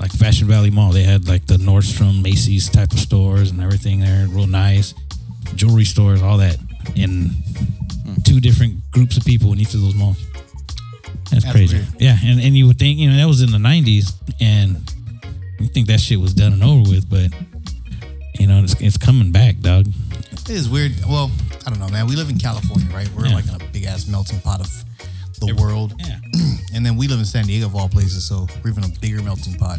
D: like Fashion Valley Mall. They had like the Nordstrom, Macy's type of stores and everything there, real nice jewelry stores, all that. And two different groups of people in each of those malls. That's,
C: That's
D: crazy.
C: weird.
D: Yeah. And, and you would think, you know, that was in the 90s and you think that shit was done and over with, but, you know, it's, it's coming back, dog.
E: It is weird. Well, I don't know, man. We live in California, right? We're like in a big ass melting pot of the world.
D: Yeah.
E: and then we live in San Diego of all places, so we're even a bigger melting pot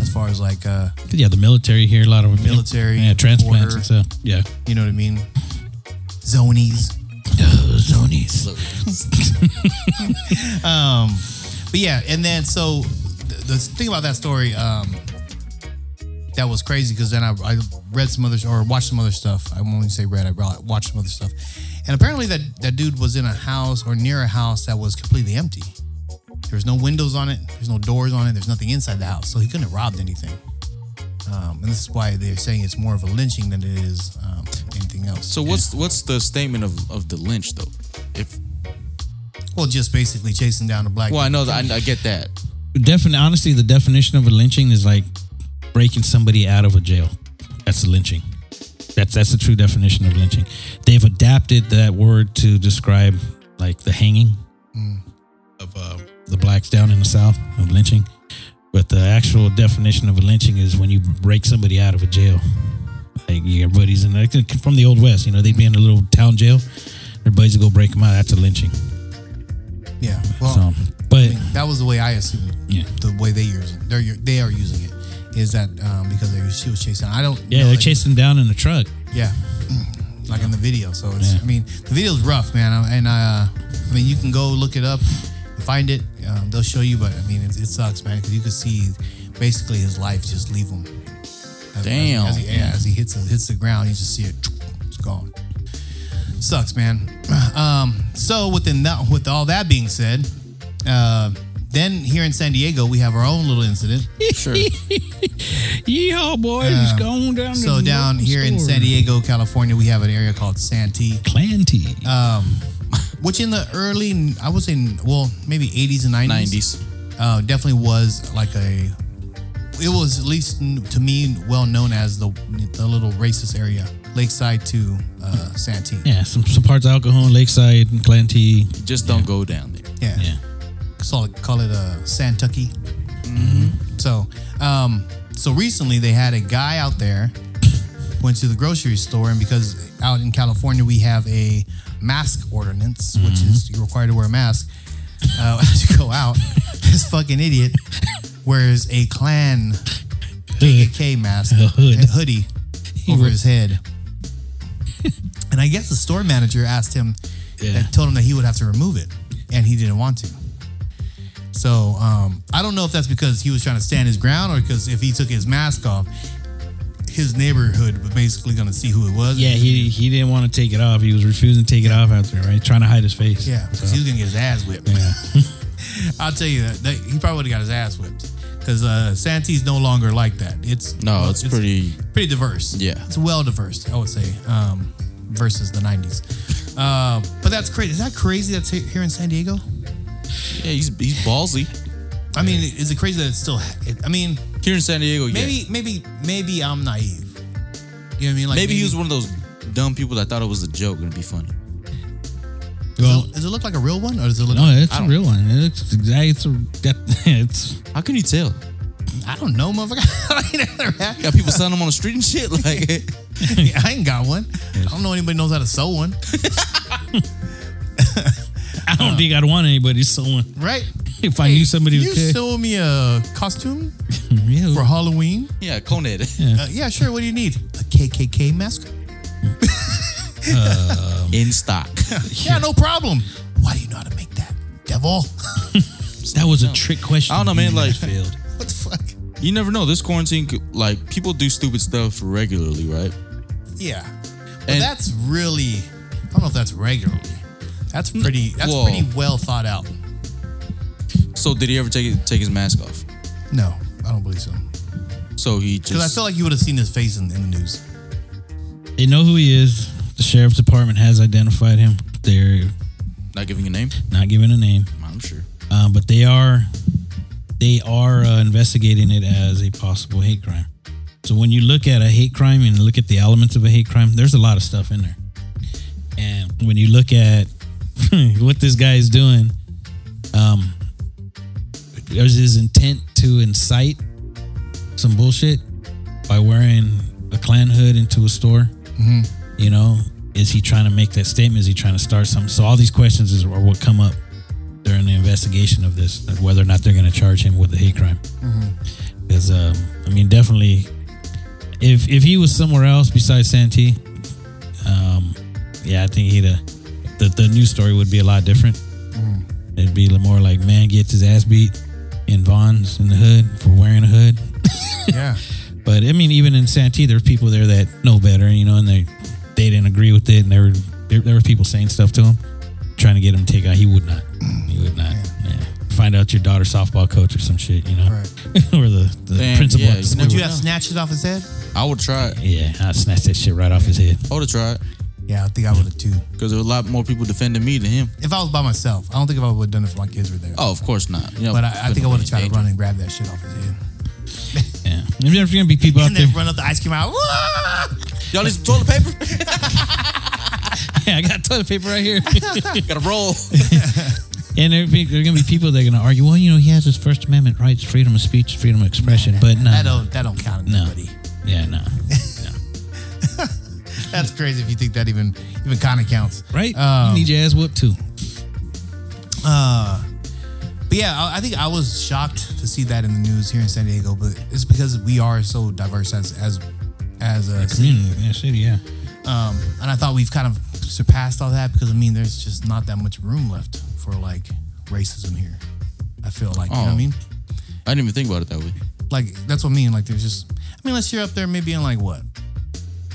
E: as far as like uh
D: Yeah, the military here, a lot of
E: Military,
D: yeah, transplants
E: border.
D: and stuff. Yeah,
E: you know what I mean? Zonies.
D: zonies.
E: um but yeah, and then so the, the thing about that story, um that was crazy because then I, I read some other or watched some other stuff. I won't even say read. I brought- watched some other stuff, and apparently that that dude was in a house or near a house that was completely empty. There was no windows on it. There's no doors on it. There's nothing inside the house, so he couldn't have robbed anything. Um, and this is why they're saying it's more of a lynching than it is um, anything else.
C: So what's what's the statement of, of the lynch though? If
E: well, just basically chasing down a black.
C: well, I know that I, I get that.
D: Definitely, honestly, the definition of a lynching is like breaking somebody out of a jail. That's a lynching. That's that's the true definition of lynching. They've adapted that word to describe like the hanging of uh, the blacks down in the south of lynching, but the actual definition of a lynching is when you break somebody out of a jail. Like everybody's in like, from the old west, you know, they'd be in a little town jail. Their buddies would go break them out. That's a lynching.
E: Yeah. Well,
D: so, but
E: I mean, that was the way I assumed.
D: Yeah.
E: The way they use it, they're u- they are using it. Is that um, because they, she was chasing? I don't.
D: yeah,
E: know
D: they
E: that-
D: chased them down in a truck.
E: Yeah. Like in the video. So it's, I mean, the video's rough, man. I- And uh, I mean, you can go look it up, find it. Um, they'll show you, but I mean, it, it sucks, man, because you could see basically his life just leave him. As-
C: Damn.
E: As, he, yeah, as he hits hits the ground, you just see it. It's gone. Sucks, man. Um, so within that, with all that being said, uh, then here in San Diego, we have our own little incident.
C: Sure.
D: Yeehaw, boys,
E: Um,
D: going down.
E: So down here in San Diego, California, we have an area called Santee.
D: Clanty.
E: Um, which in the early, I would say, well, maybe 80s and 90s.
C: 90s.
E: Uh, definitely was like a, it was at least n- to me well known as the, the little racist area, Lakeside to uh, Santee.
D: Yeah, some, some parts alcohol, Lakeside, and Clanty.
C: Just don't go down there.
E: Yeah.
D: Yeah.
E: So call it a Santucky. Mm-hmm. So, um, so recently they had a guy out there went to the grocery store, and because out in California we have a mask ordinance, which is you're required to wear a mask uh, as you go out. this fucking idiot wears a Klan KKK mask,
D: A hood.
E: and hoodie
D: He
E: over
D: re-
E: his head. and I guess the store manager asked him, and told him that he would have to remove it, and he didn't want to. So um, I don't know if that's because he was trying to stand his ground or because if he took his mask off, his neighborhood was basically going to see who it was.
D: Yeah, he he didn't want to take it off. He was refusing to take it off after, right? Trying to hide his face.
E: Yeah, because he was gonna get his ass whipped. I'll tell you that, that he probably would have got his ass whipped because uh, Santee's no longer like that. It's
C: No,
E: well,
C: it's pretty-
E: pretty diverse.
C: Yeah.
E: it's well diverse. I would say um, versus the '90s. Uh, but that's crazy. Is that crazy? That's he- here in San Diego.
C: Yeah, he's he's ballsy.
E: I mean, is it crazy that it's still? ha- It, I mean,
C: here in San Diego, yeah.
E: maybe, maybe, maybe I'm naive. You know what I mean? Like
C: maybe, he was one of those dumb people that thought it was a joke and it'd be funny.
D: Well,
E: Does it look like a real one, or does it look?
D: no,
E: like,
D: it's
E: I
D: a
E: don't-
D: real one. It's exactly. It's a, that, it's.
C: How can you tell?
E: I don't know, motherfucker.
C: Got people selling them on the street and shit. Like,
E: Yeah, I ain't got one. I don't know anybody knows how to sew one.
D: I don't think I'd want anybody sewing.
E: Right?
D: If I knew somebody
E: you
D: who could.
E: sew me a costume
D: Yeah.
E: for Halloween?
C: yeah, Coned.
E: Uh, yeah, sure. What do you need? A KKK mask?
C: In stock.
E: Yeah, no problem. Why do you know how to make that, devil?
D: That was a trick question.
C: I don't know, man, like-
D: failed.
E: what the fuck?
C: You never know. This quarantine, could- like, people do stupid stuff regularly, right?
E: Yeah, but
C: And-
E: that's really. I don't know if that's regularly. That's pretty. That's
C: Whoa.
E: pretty well thought out.
C: So, did he ever take it- take his mask off?
E: No, I don't believe so.
C: So he
E: Because I
C: just
E: feel like you would have seen his face in, in the news.
D: They know who he is. The sheriff's department has identified him. They're
C: not giving a name.
D: not giving a name,
C: I'm sure.
D: uh, but they are they are uh, investigating it as a possible hate crime. So when you look at a hate crime and look at the elements of a hate crime, there's a lot of stuff in there. And when you look at what this guy is doing, um, there's his intent to incite some bullshit by wearing a Klan hood into a store. You know, is he trying to make that statement? Is he trying to start something? So all these questions is, are what come up during the investigation of this, of whether or not they're going to charge him with a hate crime. Because um, I mean, definitely, if if he was somewhere else besides Santee, um, yeah, I think he'd uh, the the news story would be a lot different. It'd be more like man gets his ass beat in Vaughn's in the hood for wearing a hood.
E: Yeah.
D: But I mean, even in Santee, there's people there that know better, you know, and they they didn't agree with it, and there were there, there were people saying stuff to him, trying to get him to take out. He would not. He would not. Yeah. Find out your daughter's softball coach or some shit, you know, or the, the
C: Damn,
D: principal.
C: yeah,
D: at the
C: you
D: school.
E: Would you have snatched it off his head?
C: I would try it.
D: Yeah, I snatched that shit right off his head.
C: I would have tried
E: Yeah, I think I would have too.
C: because there were a lot more people defending me than him.
E: If I was by myself, I don't think if I would have done it if my kids were there.
C: Oh, of course not. You know,
E: but I, I think I
C: couldn't
E: would have tried to
C: endanger.
E: run and grab that shit off his head.
D: Yeah, if there's gonna be people out
E: And
D: there.
E: then run up the ice cream aisle. "Ah!"
C: Y'all need some toilet paper?
D: Yeah, I got toilet paper right here.
C: Got to roll.
D: And there are gonna be people that are gonna argue. Well, you know, he has his First Amendment rights, freedom of speech, freedom of expression. But no,
E: That don't that don't count
D: No.
E: anybody.
D: yeah, no,
E: That's crazy if you think that even even kind of counts.
D: right?
E: Um,
C: Oh.
D: you need your ass whooped too.
E: But yeah, I, I think I was shocked to see that in the news here in San Diego. But it's because we are so diverse as as as a city.
D: Community, yeah, city, yeah.
E: Um, and I thought we've kind of surpassed all that because I mean, there's just not that much room left for like racism here. I feel like you know what I
C: Oh.
E: mean.
C: I didn't even think about it that way.
E: Like that's what I mean. Like there's just I mean, unless you're up there maybe in like what,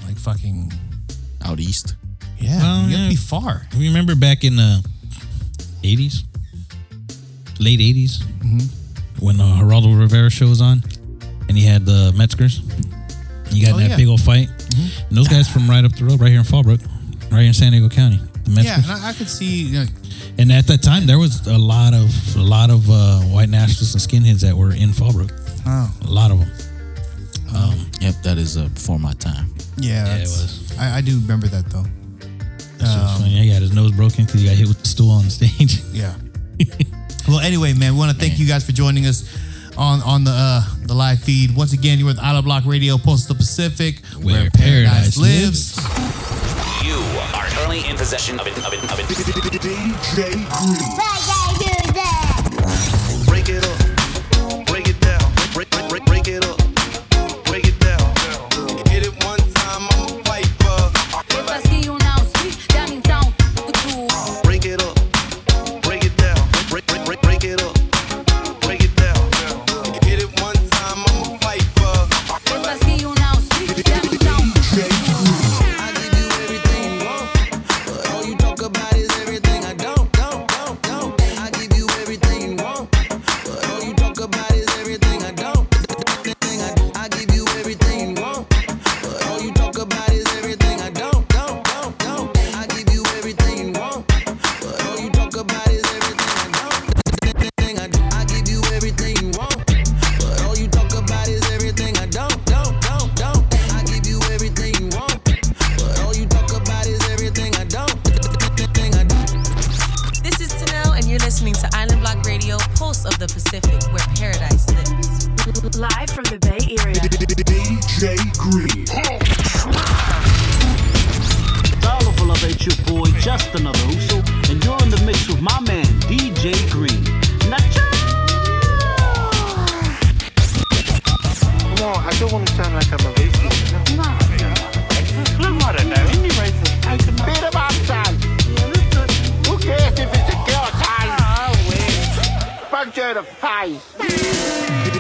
E: like fucking
C: Out east.
E: yeah,
D: Well,
E: you have to be
D: yeah.
E: far.
D: You remember back in the eighties, late 80s
C: Mm-hmm.
D: when uh, Geraldo Rivera show was on, and he had the Metzgers. You got
E: Oh,
D: in that
E: yeah.
D: big old fight,
C: Mm-hmm.
D: and those guys from right up the road, right here in Fallbrook, right here in San Diego County, the Metzgers.
E: Yeah, and I, I could see. You know,
D: And at that time, there was a lot of a lot of uh, white nationalists and skinheads that were in Fallbrook.
E: oh,
D: A lot of them.
C: Yep, that is uh, before my time.
E: yeah,
D: it
E: that's-
D: was.
E: I, I do remember that though.
D: So
C: Oh.
D: it's funny. He got his nose broken because he got hit with the stool on the stage.
E: Yeah. well, anyway, man, we want to thank you guys for joining us on on the uh, the live feed. Once again, you're with Out of Block Radio, Postal Pacific,
D: Where paradise lives.
F: You are currently currently in possession of it. Of it. Of it.
G: DJ Green.
L: Break it up. Break it down. Break, break, break, break it up. Break it down. Hit it one time, I'm a piper. Break it up. Break it down. Break, break, break, break it up. Break it down. Hit it one time, I'm a piper.
I: This is Tanel, and you're listening to Island Block Radio, Pulse of the Pacific, where paradise lives. Live from the Bay Area.
G: DJ Green.
O: Dollarful of it, your boy, just another Uso, and you're in the mix with my man, DJ Green. Nacho!
A: No, I don't want to sound like I'm a racist. No. No. No, I know. Any racist. I can beat them outside. Who cares if it's a girl time? I win. Fuck you in the face.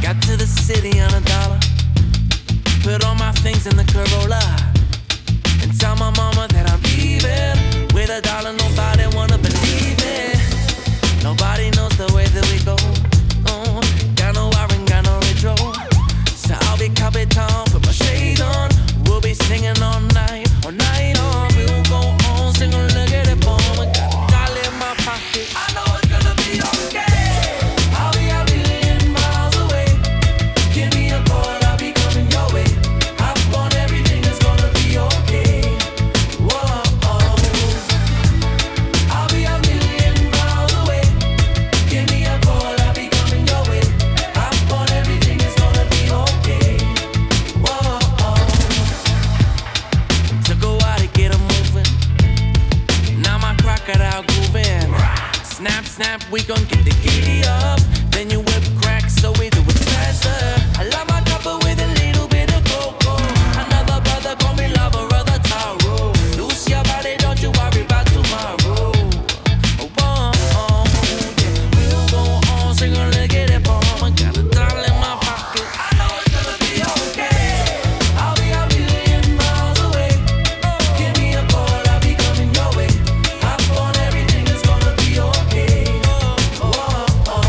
P: Got to the city on a dollar. Put all my things in the Corolla. And tell my mama that I'm leaving. With a dollar, nobody wanna believe it. Nobody knows the way that we go. Oh, got no iron, got no retro. So I'll be Capitan, put my shades on. We'll be singing all night, all night on. We'll go on, sing a look at it, bomb. I got a dollar in my pocket. I know it's gonna be okay. I'll be a million miles away. Give me a call, I'll be coming your way. I want everything that's gonna be okay. Whoa, I'll be a million miles away. Give me a call, I'll be coming your way. I want everything that's gonna be okay. oh, Whoa, took a while to get 'em moving. Now my crocodile grooving. Snap, snap, we gon' get the giddy up. Then you whip crack, so we do it faster. I love my copper with a little bit of cocoa. Another brother call me lover of the tarot. Loose your body, don't you worry about tomorrow. Oh, oh, yeah. We'll go on, sing a look at it, bomb. I got a dollar in my pocket. I know it's gonna be okay. I'll be a million miles away. Give me a call, I'll be coming your way. I want everything that's gonna be okay. Oh, oh, oh.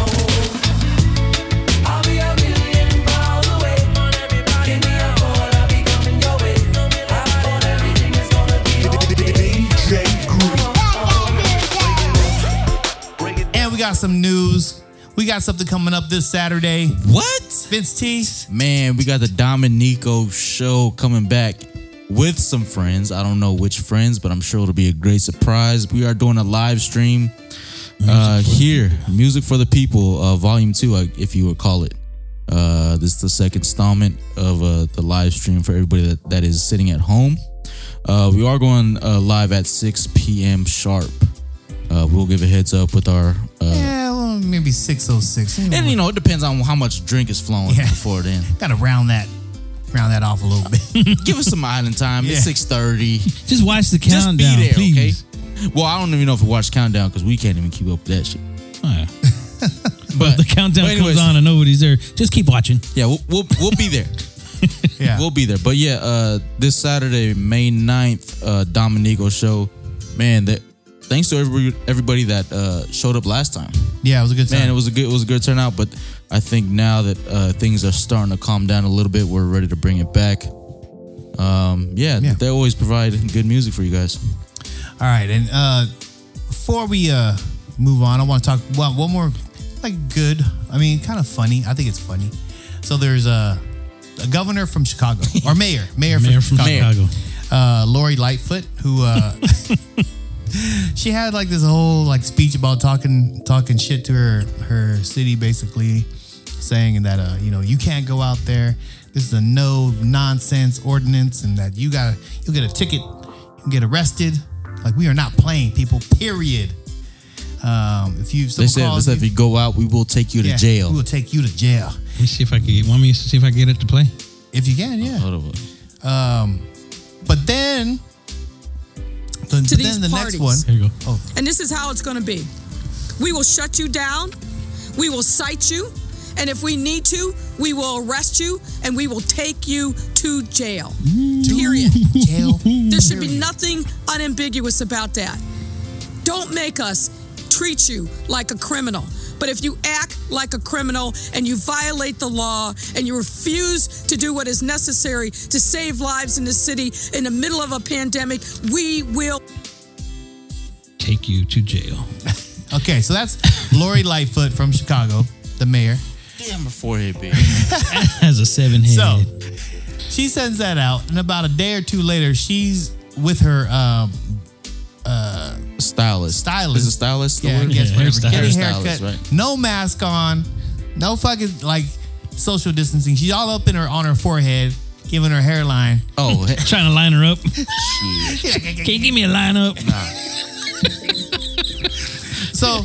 P: I'll be a million miles away. Give me a call, I'll be coming your way. I want everything that's gonna be
G: DJ Green.
E: And we got some news. We got something coming up this Saturday.
C: What?
E: Vince T.
C: Man, we got the Dominico show coming back with some friends. I don't know which friends, but I'm sure it'll be a great surprise. We are doing a live stream uh, here, Music for the People, uh, Volume 2, uh, if you would call it. Uh, this is the second installment of uh, the live stream for everybody that, that is sitting at home. Uh, we are going uh, live at 6 p.m. sharp. Uh, we'll give a heads up with our uh,
E: Yeah, well, maybe 606.
C: and you know it depends on how much drink is flowing before then.
E: Gotta round that round that off a little bit.
C: Give us some island time. It's
E: Yeah.
C: six thirty.
D: Just watch the
C: Just be
D: countdown,
C: there,
D: please.
C: okay? Well, I don't even know if we watch countdown because we can't even keep up with that shit.
D: But the countdown
C: but anyways.
D: comes on and nobody's there. Just keep watching.
C: Yeah, we'll we'll, we'll be there.
E: yeah,
C: we'll be there. But yeah, uh, this Saturday, May 9th, uh, Dominico show. Man, that thanks to everybody everybody that uh, showed up last time.
E: Yeah, it was a good time.
C: Man, it was a good it was a good turnout. But I think now that uh, things are starting to calm down a little bit, we're ready to bring it back. Um, yeah, they always provide good music for you guys.
E: All right, and uh before we uh move on, I want to talk well, one more like good. I mean, kind of funny. I think it's funny. So there's a, a governor from Chicago or mayor, mayor,
D: Mayor
E: from
D: from
E: Chicago,
D: Chicago.
E: Uh, Lori Lightfoot, who uh, she had like this whole like speech about talking talking shit to her her city basically saying that uh you know you can't go out there this is a no nonsense ordinance and that you gotta you get a ticket you get arrested like we are not playing people period um if you
C: They said, they said if you go out, we will take you to jail.
E: we will take you to jail
D: Let me see if I can. Get, want me to see if I can get it to play?
E: if you can yeah
C: Hold on.
E: um but then the,
Q: To
E: but
Q: these
E: then the
Q: parties.
E: next one
Q: There
D: you go
E: oh
Q: And this is how it's going to be. We will shut you down. We will cite you. And if we need to, we will arrest you and we will take you to jail. Period.
E: Jail.
Q: There should be nothing unambiguous about that. Don't make us treat you like a criminal. But if you act like a criminal and you violate the law and you refuse to do what is necessary to save lives in the city in the middle of a pandemic, we will
D: Take you to jail.
E: Okay, so that's Lori Lightfoot from Chicago, the mayor.
C: Damn her forehead, big.
D: Has a seven head.
E: So she sends that out, and about a day or two later, she's with her um, uh,
C: Stylist.
E: stylist.
C: Is it stylist? the
E: Yeah, I
C: word?
E: guess whatever. Getting haircut,
C: Hairstylist, right?
E: no mask on, no fucking like social distancing. She's all up in her on her forehead, giving her hairline.
C: Oh,
D: trying to line her up.
E: Can
D: you give me a lineup?
E: So,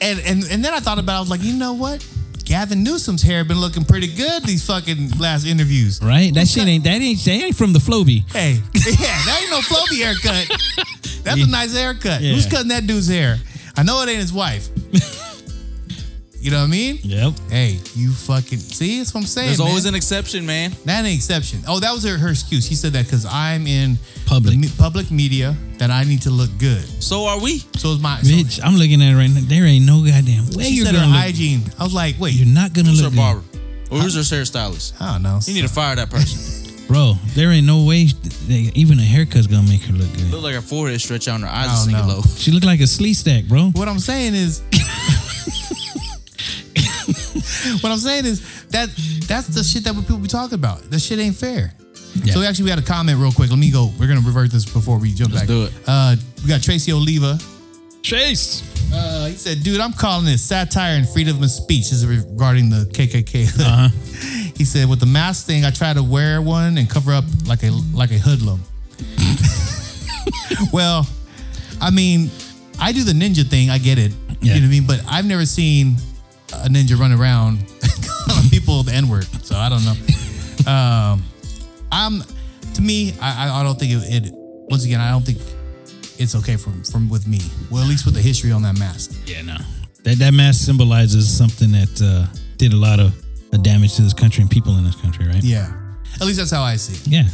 E: and and and then I thought about. it. I was like, you know what? Gavin Newsom's hair been looking pretty good these fucking last interviews.
D: Right? That shit ain't that ain't that ain't from the Floby.
E: Hey, yeah, that ain't no floppy haircut. That's a nice haircut.
D: Yeah.
E: Who's cutting that dude's hair? I know it ain't his wife. you know what I mean?
D: Yep.
E: Hey, you fucking see, that's what I'm saying.
C: There's always
E: man.
C: an exception, man.
E: that ain't exception. Oh, that was her, her excuse. He said that because I'm in
D: public
E: public media that I need to look good.
C: So are we?
E: So is my. So
D: Bitch, I'm looking at it right now. There ain't no goddamn way
E: she
D: you're
E: said
D: gonna
E: her
D: look.
E: hygiene. I was like, wait,
D: You're not gonna
C: Who's her
D: look good.
C: barber? Or who's her hairstylist?
E: I don't know.
C: You need to fire that person.
D: Bro, there ain't no way th- they, even a haircut's gonna make her look good.
C: Look like her forehead stretched out and her eyes are
D: I
C: sinking
D: don't know.
C: low.
D: She looked like a slee stack, bro.
E: What I'm saying is, what I'm saying is that that's the shit that people be talking about. That shit ain't fair. So we actually we had a comment real quick. Let me go. We're gonna revert this before we jump back.
C: do it.
E: Uh, we got Tracy Oliva.
D: Chase.
E: Uh, he said, "Dude, I'm calling this satire and freedom of speech." This is regarding the KKK.
D: Uh-huh.
E: he said, "With the mask thing, I try to wear one and cover up like a like a hoodlum." well, I mean, I do the ninja thing. I get it.
D: Yeah.
E: You know what I mean? But I've never seen a ninja run around calling people the N word, so I don't know. um, I'm to me, I, I- I don't think it, it. Once again, I don't think it's okay from from with me. Well, at least with the history on that mask.
D: Yeah, no. That that mask symbolizes something that uh, did a lot of uh, damage to this country and people in this country, right?
E: Yeah, at least that's how I see. it.
D: Yeah.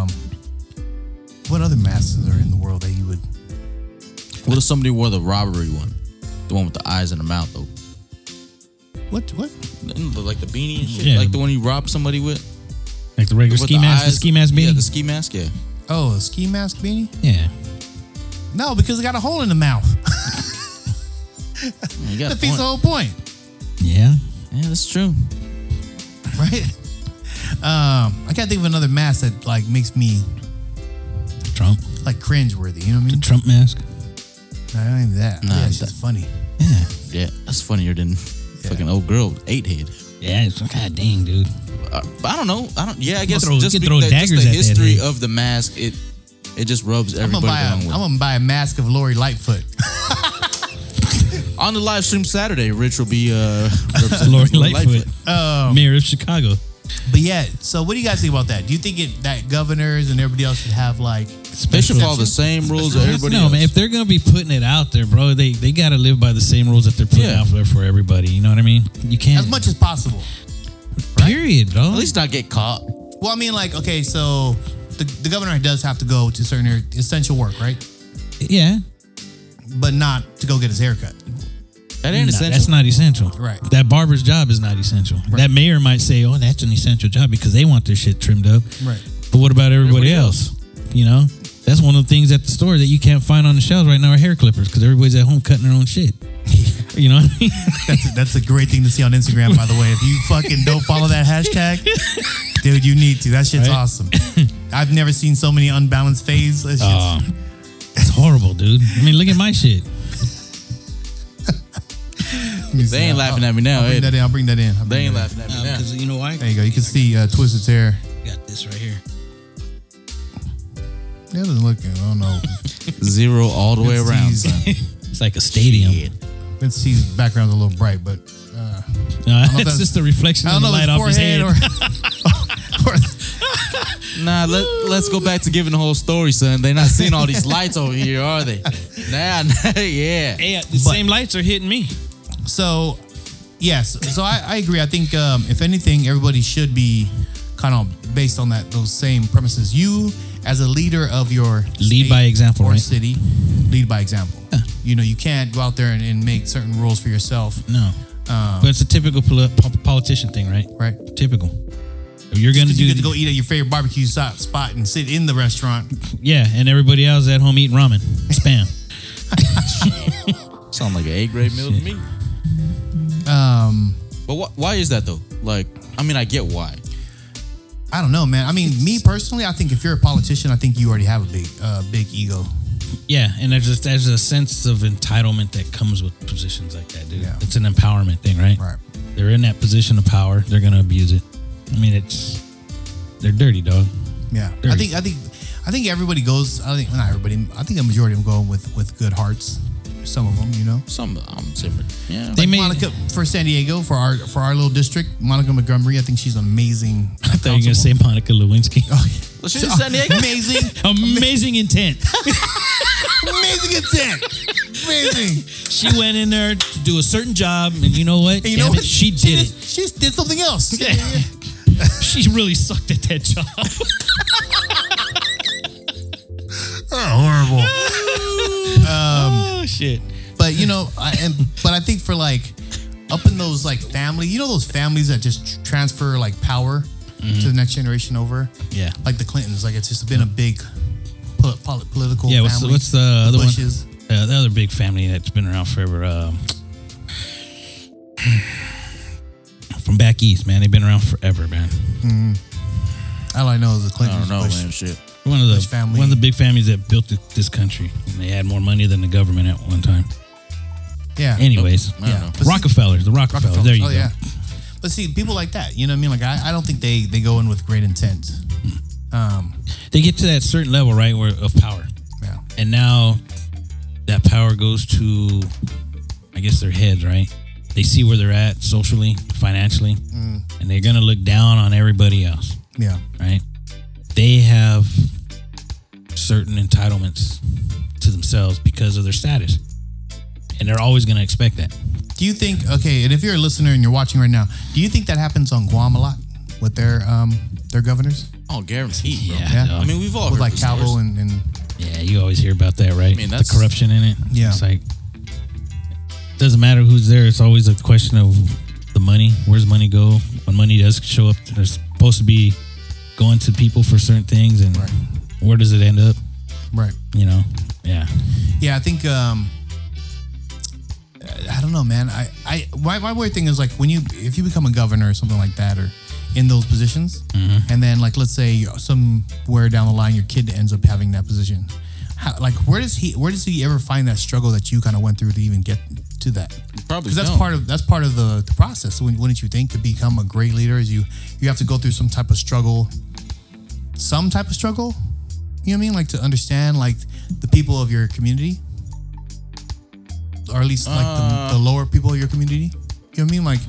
E: Um, what other masks are in the world that you would?
C: What if somebody wore the robbery one? The one with the eyes and the mouth, though.
E: What? What?
C: Like the beanie and shit?
D: Yeah.
C: Like the one you robbed somebody with?
D: Like the regular
C: With
D: ski mask, the
C: eyes-
D: ski mask
C: Yeah,
D: being.
C: the ski mask, yeah.
E: Oh, a ski mask beanie?
D: Yeah.
E: No, because it got a hole in the mouth.
C: You got a
E: Defeats
C: point.
E: the whole point,
D: Yeah.
C: Yeah, that's true.
E: right? Um, I can't think of another mask that like makes me
D: Trump.
E: like cringeworthy. You know what I mean?
D: Trump mask.
E: No, not even that.
C: Nah,
E: yeah, it's
C: that-
E: just funny.
D: Yeah.
C: Yeah, that's funnier than fucking old girl with eight head.
D: Yeah. It's, God dang, dude.
C: Uh, but I don't know. I don't. Yeah, I
D: You can
C: guess
D: throw-
C: just,
D: you can
C: be-
D: throw
C: that- just
D: daggers
C: the
D: at that
C: history
D: head.
C: of the mask, it it just rubs
E: I'm gonna
C: everybody
E: buy a,
C: along
E: I'm
C: with.
E: gonna buy a mask of Lori Lightfoot.
C: it. On the live stream Saturday, Rich will be uh, representing
D: Lori
C: Lori
D: Lightfoot,
E: Um,
D: mayor of Chicago.
E: But yeah, so what do you guys think about that? Do you think it, that governors and everybody else should have like
C: They should
D: Special-
C: follow the same rules as everybody
D: no,
C: else.
D: man. If they're gonna be putting it out there, bro, they they gotta live by the same rules that they're putting
C: Yeah.
D: out there for everybody. You know what I mean? You can't.
E: as much as possible?
D: Period, bro.
C: At least not get caught.
E: Well, I mean, like, okay, so the, the governor does have to go to certain er- essential work, right?
D: yeah.
E: But not to go get his haircut.
C: That ain't
D: No,
C: essential.
D: That's not essential.
E: Right.
D: That barber's job is not essential. That mayor might say, "Oh, that's an essential job because they want their shit trimmed up."
E: Right.
D: But what about everybody, else? You know, that's one of the things at the store that you can't find on the shelves right now are hair clippers because everybody's at home cutting their own shit. you know what I mean?
E: That's a, that's a great thing to see on Instagram, by the way. If you fucking don't follow that hashtag, dude, you need to. That shit's
D: Right? Uh,
E: awesome. I've never seen so many unbalanced fades. That shit's,
D: It's horrible, dude. I mean, look at my shit.
C: They ain't laughing at me now.
E: I'll bring
C: eh?
E: that in. I'll bring that in. I'll
C: They
E: bring
C: ain't
E: that in.
C: laughing at me now.
R: Because you know why?
E: There you go. You can see uh, Twisted Terror.
R: Got this right here.
E: That doesn't look good. I don't know.
C: Zero all the way
E: Vince
C: around.
E: T's-
C: Son.
D: It's like a stadium.
E: Vince T's background's a little bright, but uh,
D: No,
E: I don't know if
D: it's
E: that's-
D: just the reflection
E: I don't
D: of
E: know
D: the
E: if
D: light
E: it's
D: off his head.
E: forehead
C: Nah, let let's go back to giving the whole story, son. They're not seeing all these lights over here, are they? Nah, nah yeah.
D: Yeah, the same lights are hitting me.
E: So, yes. So I, I agree. I think um, if anything, everybody should be kind of based on that those same premises. You as a leader of your
D: Lead by example,
E: or
D: right?
E: city, lead by example. You know, you can't go out there and, and make certain rules for yourself.
D: No.
E: Um,
D: But it's a typical poli- po- politician thing, Uh, right?
E: Right.
D: Typical. If you're going to
E: Because
D: do
E: you get to go eat at your favorite barbecue spot spot and sit in the restaurant.
D: Yeah, and everybody else at home eating ramen, spam.
C: Sound like an A grade meal to me.
E: Um,
C: But wh- why is that though? Like, I mean, I get why.
E: I don't know, man. I mean, me personally, I think if you're a politician, I think you already have a big, uh, big ego.
D: Yeah, and there's just there's a sense of entitlement that comes with positions like that, dude.
E: Yeah.
D: It's an empowerment thing, right?
E: Right.
D: They're in that position of power. They're gonna abuse it. I mean, it's they're dirty, dog.
E: Yeah, I
D: Dirty.
E: think I think I think everybody goes. I think well, not everybody. I think a majority of them go with with good hearts. Some of them, you know.
C: Some I'm different. Yeah.
E: Like Monica for San Diego for our for our little district, Monica Montgomery. I think she's amazing.
D: I thought you were gonna say Monica Lewinsky.
C: Well, she's in San Diego.
E: amazing,
D: Amazing intent.
E: amazing intent, amazing.
D: She went in there to do a certain job, and you know what?
E: And you
D: Damn
E: know what?
D: it, She did it.
E: She just did something else.
D: Yeah. she really sucked at that job.
E: horrible. Um,
D: oh shit.
E: But you know, I, and but I think for like up in those like family, you know, those families that just tr- transfer like power
D: Mm-hmm.
E: to the next generation over.
D: Yeah.
E: like the Clintons. Like it's just been a big pol- pol- political.
D: Yeah, what's the,
E: family.
D: what's the other
E: Bushes.
D: one? Uh, the other big family that's been around forever. Um, from back east, man. They've been around forever, man.
E: All I know is the Clintons.
C: I don't know,
E: Bush.
C: Oh, man. Shit.
D: One of the
E: Bush family.
D: one of the big families that built th- this country, and they had more money than the government at one time.
E: Yeah.
D: Anyways,
E: Oh,
C: I don't know.
E: But see-
D: Rockefeller, the Rockefeller.
E: Rockefeller.
D: There you
E: oh,
D: go.
E: yeah. But see, people like that, you know what I mean? Like, I, I don't think they, they go in with great intent. Um,
D: They get to that certain level, right, where of power,
E: yeah.
D: and now that power goes to, I guess, their heads, right? They see where they're at socially, financially, and they're gonna look down on everybody else.
E: Yeah.
D: right? They have certain entitlements to themselves because of their status. And they're always going to expect that.
E: Do you think, okay, and if you're a listener and you're watching right now, do you think that happens on Guam a lot with their um their governors?
C: Oh, guaranteed, bro.
D: Yeah.
C: I mean, we've all
E: With
C: heard
E: like
C: the
E: Cabo
C: stories.
E: and, and
D: Yeah, you always hear about that, right? I
C: mean,
D: mean,
C: that's-
D: the corruption in it.
E: Yeah.
D: It's like doesn't matter who's there, it's always a question of the money. Where's money go? When money does show up, they're supposed to be going to people for certain things and
E: Right.
D: where does it end up?
E: right.
D: You know? Yeah.
E: Yeah, I think um I don't know, man. I I my, my weird thing is like when you if you become a governor or something like that or in those positions,
C: Mm-hmm.
E: and then like let's say you're somewhere down the line your kid ends up having that position. How, like where does he where does he ever find that struggle that you kind of went through to even get to that?
C: Probably
E: because that's
C: don't.
E: part of that's part of the, the process. Wouldn't wouldn't you think to become a great leader is you you have to go through some type of struggle, some type of struggle. You know what I mean? Like to understand like the people of your community, or at least like
C: Uh.
E: the, the lower people of your community. You know what I mean? Like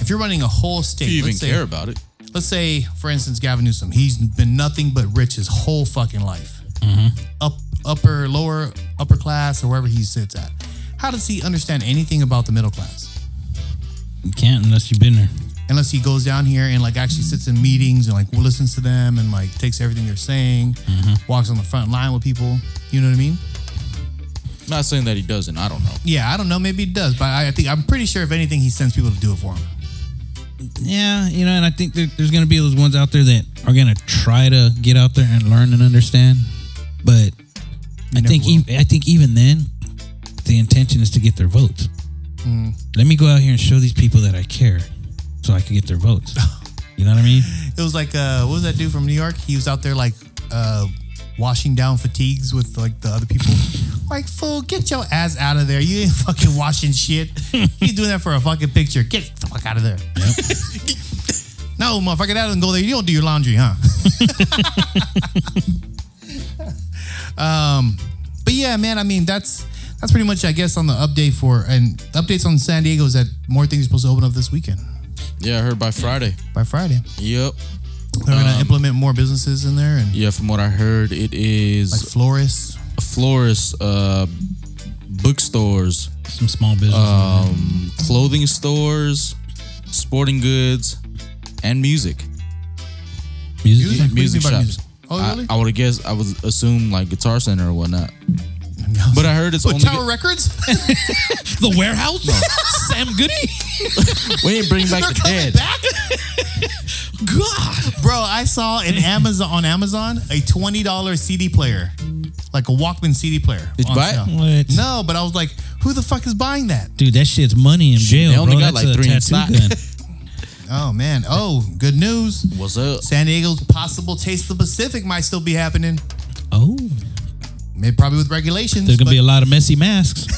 E: if you're running a whole state,
C: If you even
E: let's say,
C: care about it.
E: let's say for instance Gavin Newsom, he's been nothing but rich his whole fucking life,
C: Mm-hmm.
E: up upper lower upper class or wherever he sits at. How does he understand anything about the middle class?
D: You can't unless you've been there.
E: unless he goes down here and like actually sits in meetings and like listens to them and like takes everything they're saying,
C: Mm-hmm.
E: walks on the front line with people. You know what I mean?
C: Not saying that he doesn't. I don't know.
E: Yeah, I don't know. Maybe he does, but I, I think I'm pretty sure if anything, he sends people to do it for him.
D: Yeah, you know, and I think there, there's going to be those ones out there that are going to try to get out there and learn and understand, but I
E: never
D: think e- I think even then, the intention is to get their votes. Let me go out here and show these people that I care, so I can get their votes. you know what I mean?
E: It was like uh, what was that dude from New York? He was out there like uh, washing down fatigues with like the other people. like, fool, get your ass out of there. You ain't fucking washing shit. He's doing that for a fucking picture. Get the fuck out of there. no, motherfucker, that doesn't go there. You don't do your laundry, huh? um, but yeah, man, I mean that's that's pretty much I guess on the update for and updates on San Diego is that more things are supposed to open up this weekend.
C: Yeah, I heard by Friday.
E: By Friday.
C: Yep.
E: They're gonna implement more businesses in there and
C: Um, Yeah, from what I heard, it is
E: like florists,
C: florists, uh, bookstores,
D: some small businesses,
C: um, clothing stores, sporting goods, and music.
D: Music,
C: Yeah, music
E: What do you mean by
C: shops.
E: music? Oh,
C: I-
E: really?
C: I, would guess I would assume like Guitar Center or whatnot. But I heard it's
E: What,
C: only
E: Tower Records?
D: the warehouse?
C: No.
D: Sam Goody?
C: we ain't bring back
E: They're
C: the
E: coming
C: dead.
E: back? God, bro, I saw an Amazon on Amazon a twenty dollar CD player, like a Walkman CD player.
C: Did you
E: on
C: buy it?
E: sale.
D: What?
E: No, but I was like, who the fuck is buying that?
D: Dude, that shit's money in jail.
C: they only
D: bro.
C: got
D: That's
C: like
D: a
C: three in
D: tattoo
C: stock.
D: gun.
E: Oh man. Oh, good news.
C: What's up?
E: San Diego's possible taste of the Pacific might still be happening.
D: Oh,
E: Maybe probably with regulations.
D: there's gonna be
E: but-
D: a lot of messy masks.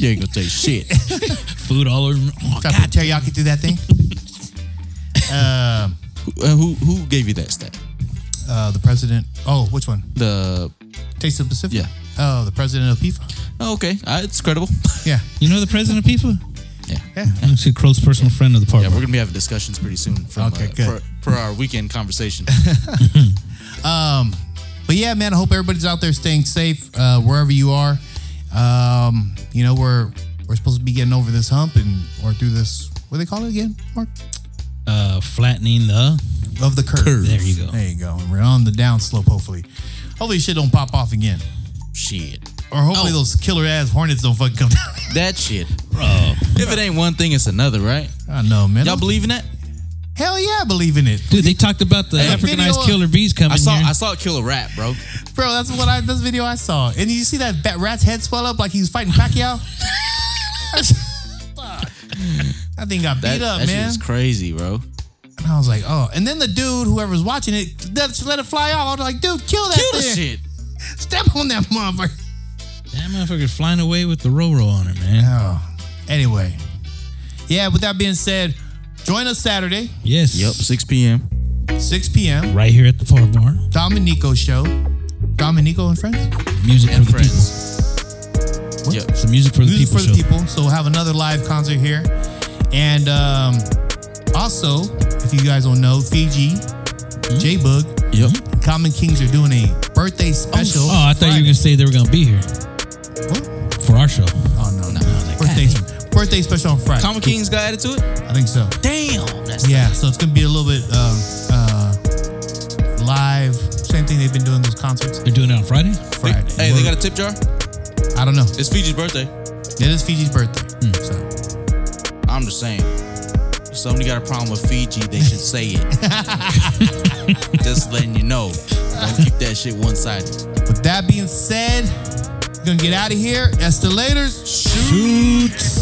C: You ain't gonna take shit.
D: Food all over. Oh,
E: Try to put teriyaki through that thing. Um,
C: Uh, who who gave you that stat?
E: uh, the president. Oh, which one?
C: The
E: Taste of the Pacific.
C: yeah.
E: Oh, the president of FIFA.
C: Oh, okay, uh, it's credible.
E: Yeah.
D: You know the president of FIFA?
C: Yeah.
E: Yeah.
D: Actually, close personal friend of the party.
C: Yeah, we're gonna be having discussions pretty soon from,
E: Okay,
C: uh,
E: good.
C: For, for our weekend conversation.
E: Um, but yeah, man, I hope everybody's out there staying safe uh, wherever you are. Um, you know, we're we're supposed to be getting over this hump and or through this. What do they call it again, Mark?
D: uh, flattening the.
E: Of the curve.
D: Curve. There you go.
E: There you go. And we're on the down slope. Hopefully, hopefully shit don't pop off again,
C: shit,
E: or hopefully those killer ass hornets don't fucking come down.
C: that shit, bro. If it ain't one thing, it's another, right?
E: I know, man.
C: Y'all believe in that?
E: Hell yeah, I believe in it,
D: Dude, they talked about the
C: Hey,
D: Africanized
E: video-
D: killer bees coming
C: I saw
D: here.
C: I saw it kill a rat, bro.
E: bro. That's what I. This video I saw, and you see that bat, rat's head swell up like he was fighting Pacquiao. Fuck. That thing got
C: That,
E: beat up,
C: that shit
E: man.
C: is crazy, bro.
E: And I was like, oh. And then the dude, whoever's watching it, just let it fly off. I was like, dude, kill that
C: Kill the
E: thing.
C: shit.
E: Step on that motherfucker.
D: that motherfucker flying away with the Roro on her, man.
E: Oh. Anyway. Yeah, with that being said, join us Saturday,
D: Yes.
C: Yep, 6 p.m.
E: 6 p.m.
D: Right here at the Far Bar.
E: Dominico show. Dominico and friends.
D: Music for the people.
C: Friends.
E: What?
C: Yep.
D: Some music for the
E: Music
D: people
E: for the
D: show.
E: people. So we'll have another live concert here. And um, also, if you guys don't know, Fiji,
C: Hmm?
E: J Bug,
C: Yep.
E: Common Kings are doing a birthday special.
C: uh,
D: Oh, I thought you were gonna say they were gonna be here
E: What?
D: for our show.
E: Oh no, no. birthday, birthday special on Friday.
C: Comic Kings got added to it?
E: I think so.
C: Damn. That's
E: Yeah, so it's gonna be a little bit um, uh, live. Same thing they've been doing those concerts
D: They're doing it on Friday.
E: Friday.
C: Hey, they got a tip jar?
E: I don't know.
C: It's Hmm. Fiji's birthday.
E: It is Fiji's birthday. So
C: I'm just saying. If somebody got a problem with Fiji, they should say it. just letting you know. Don't keep that shit one sided.
E: with that being said, we're gonna get out of here. Estilators.
D: Shoots.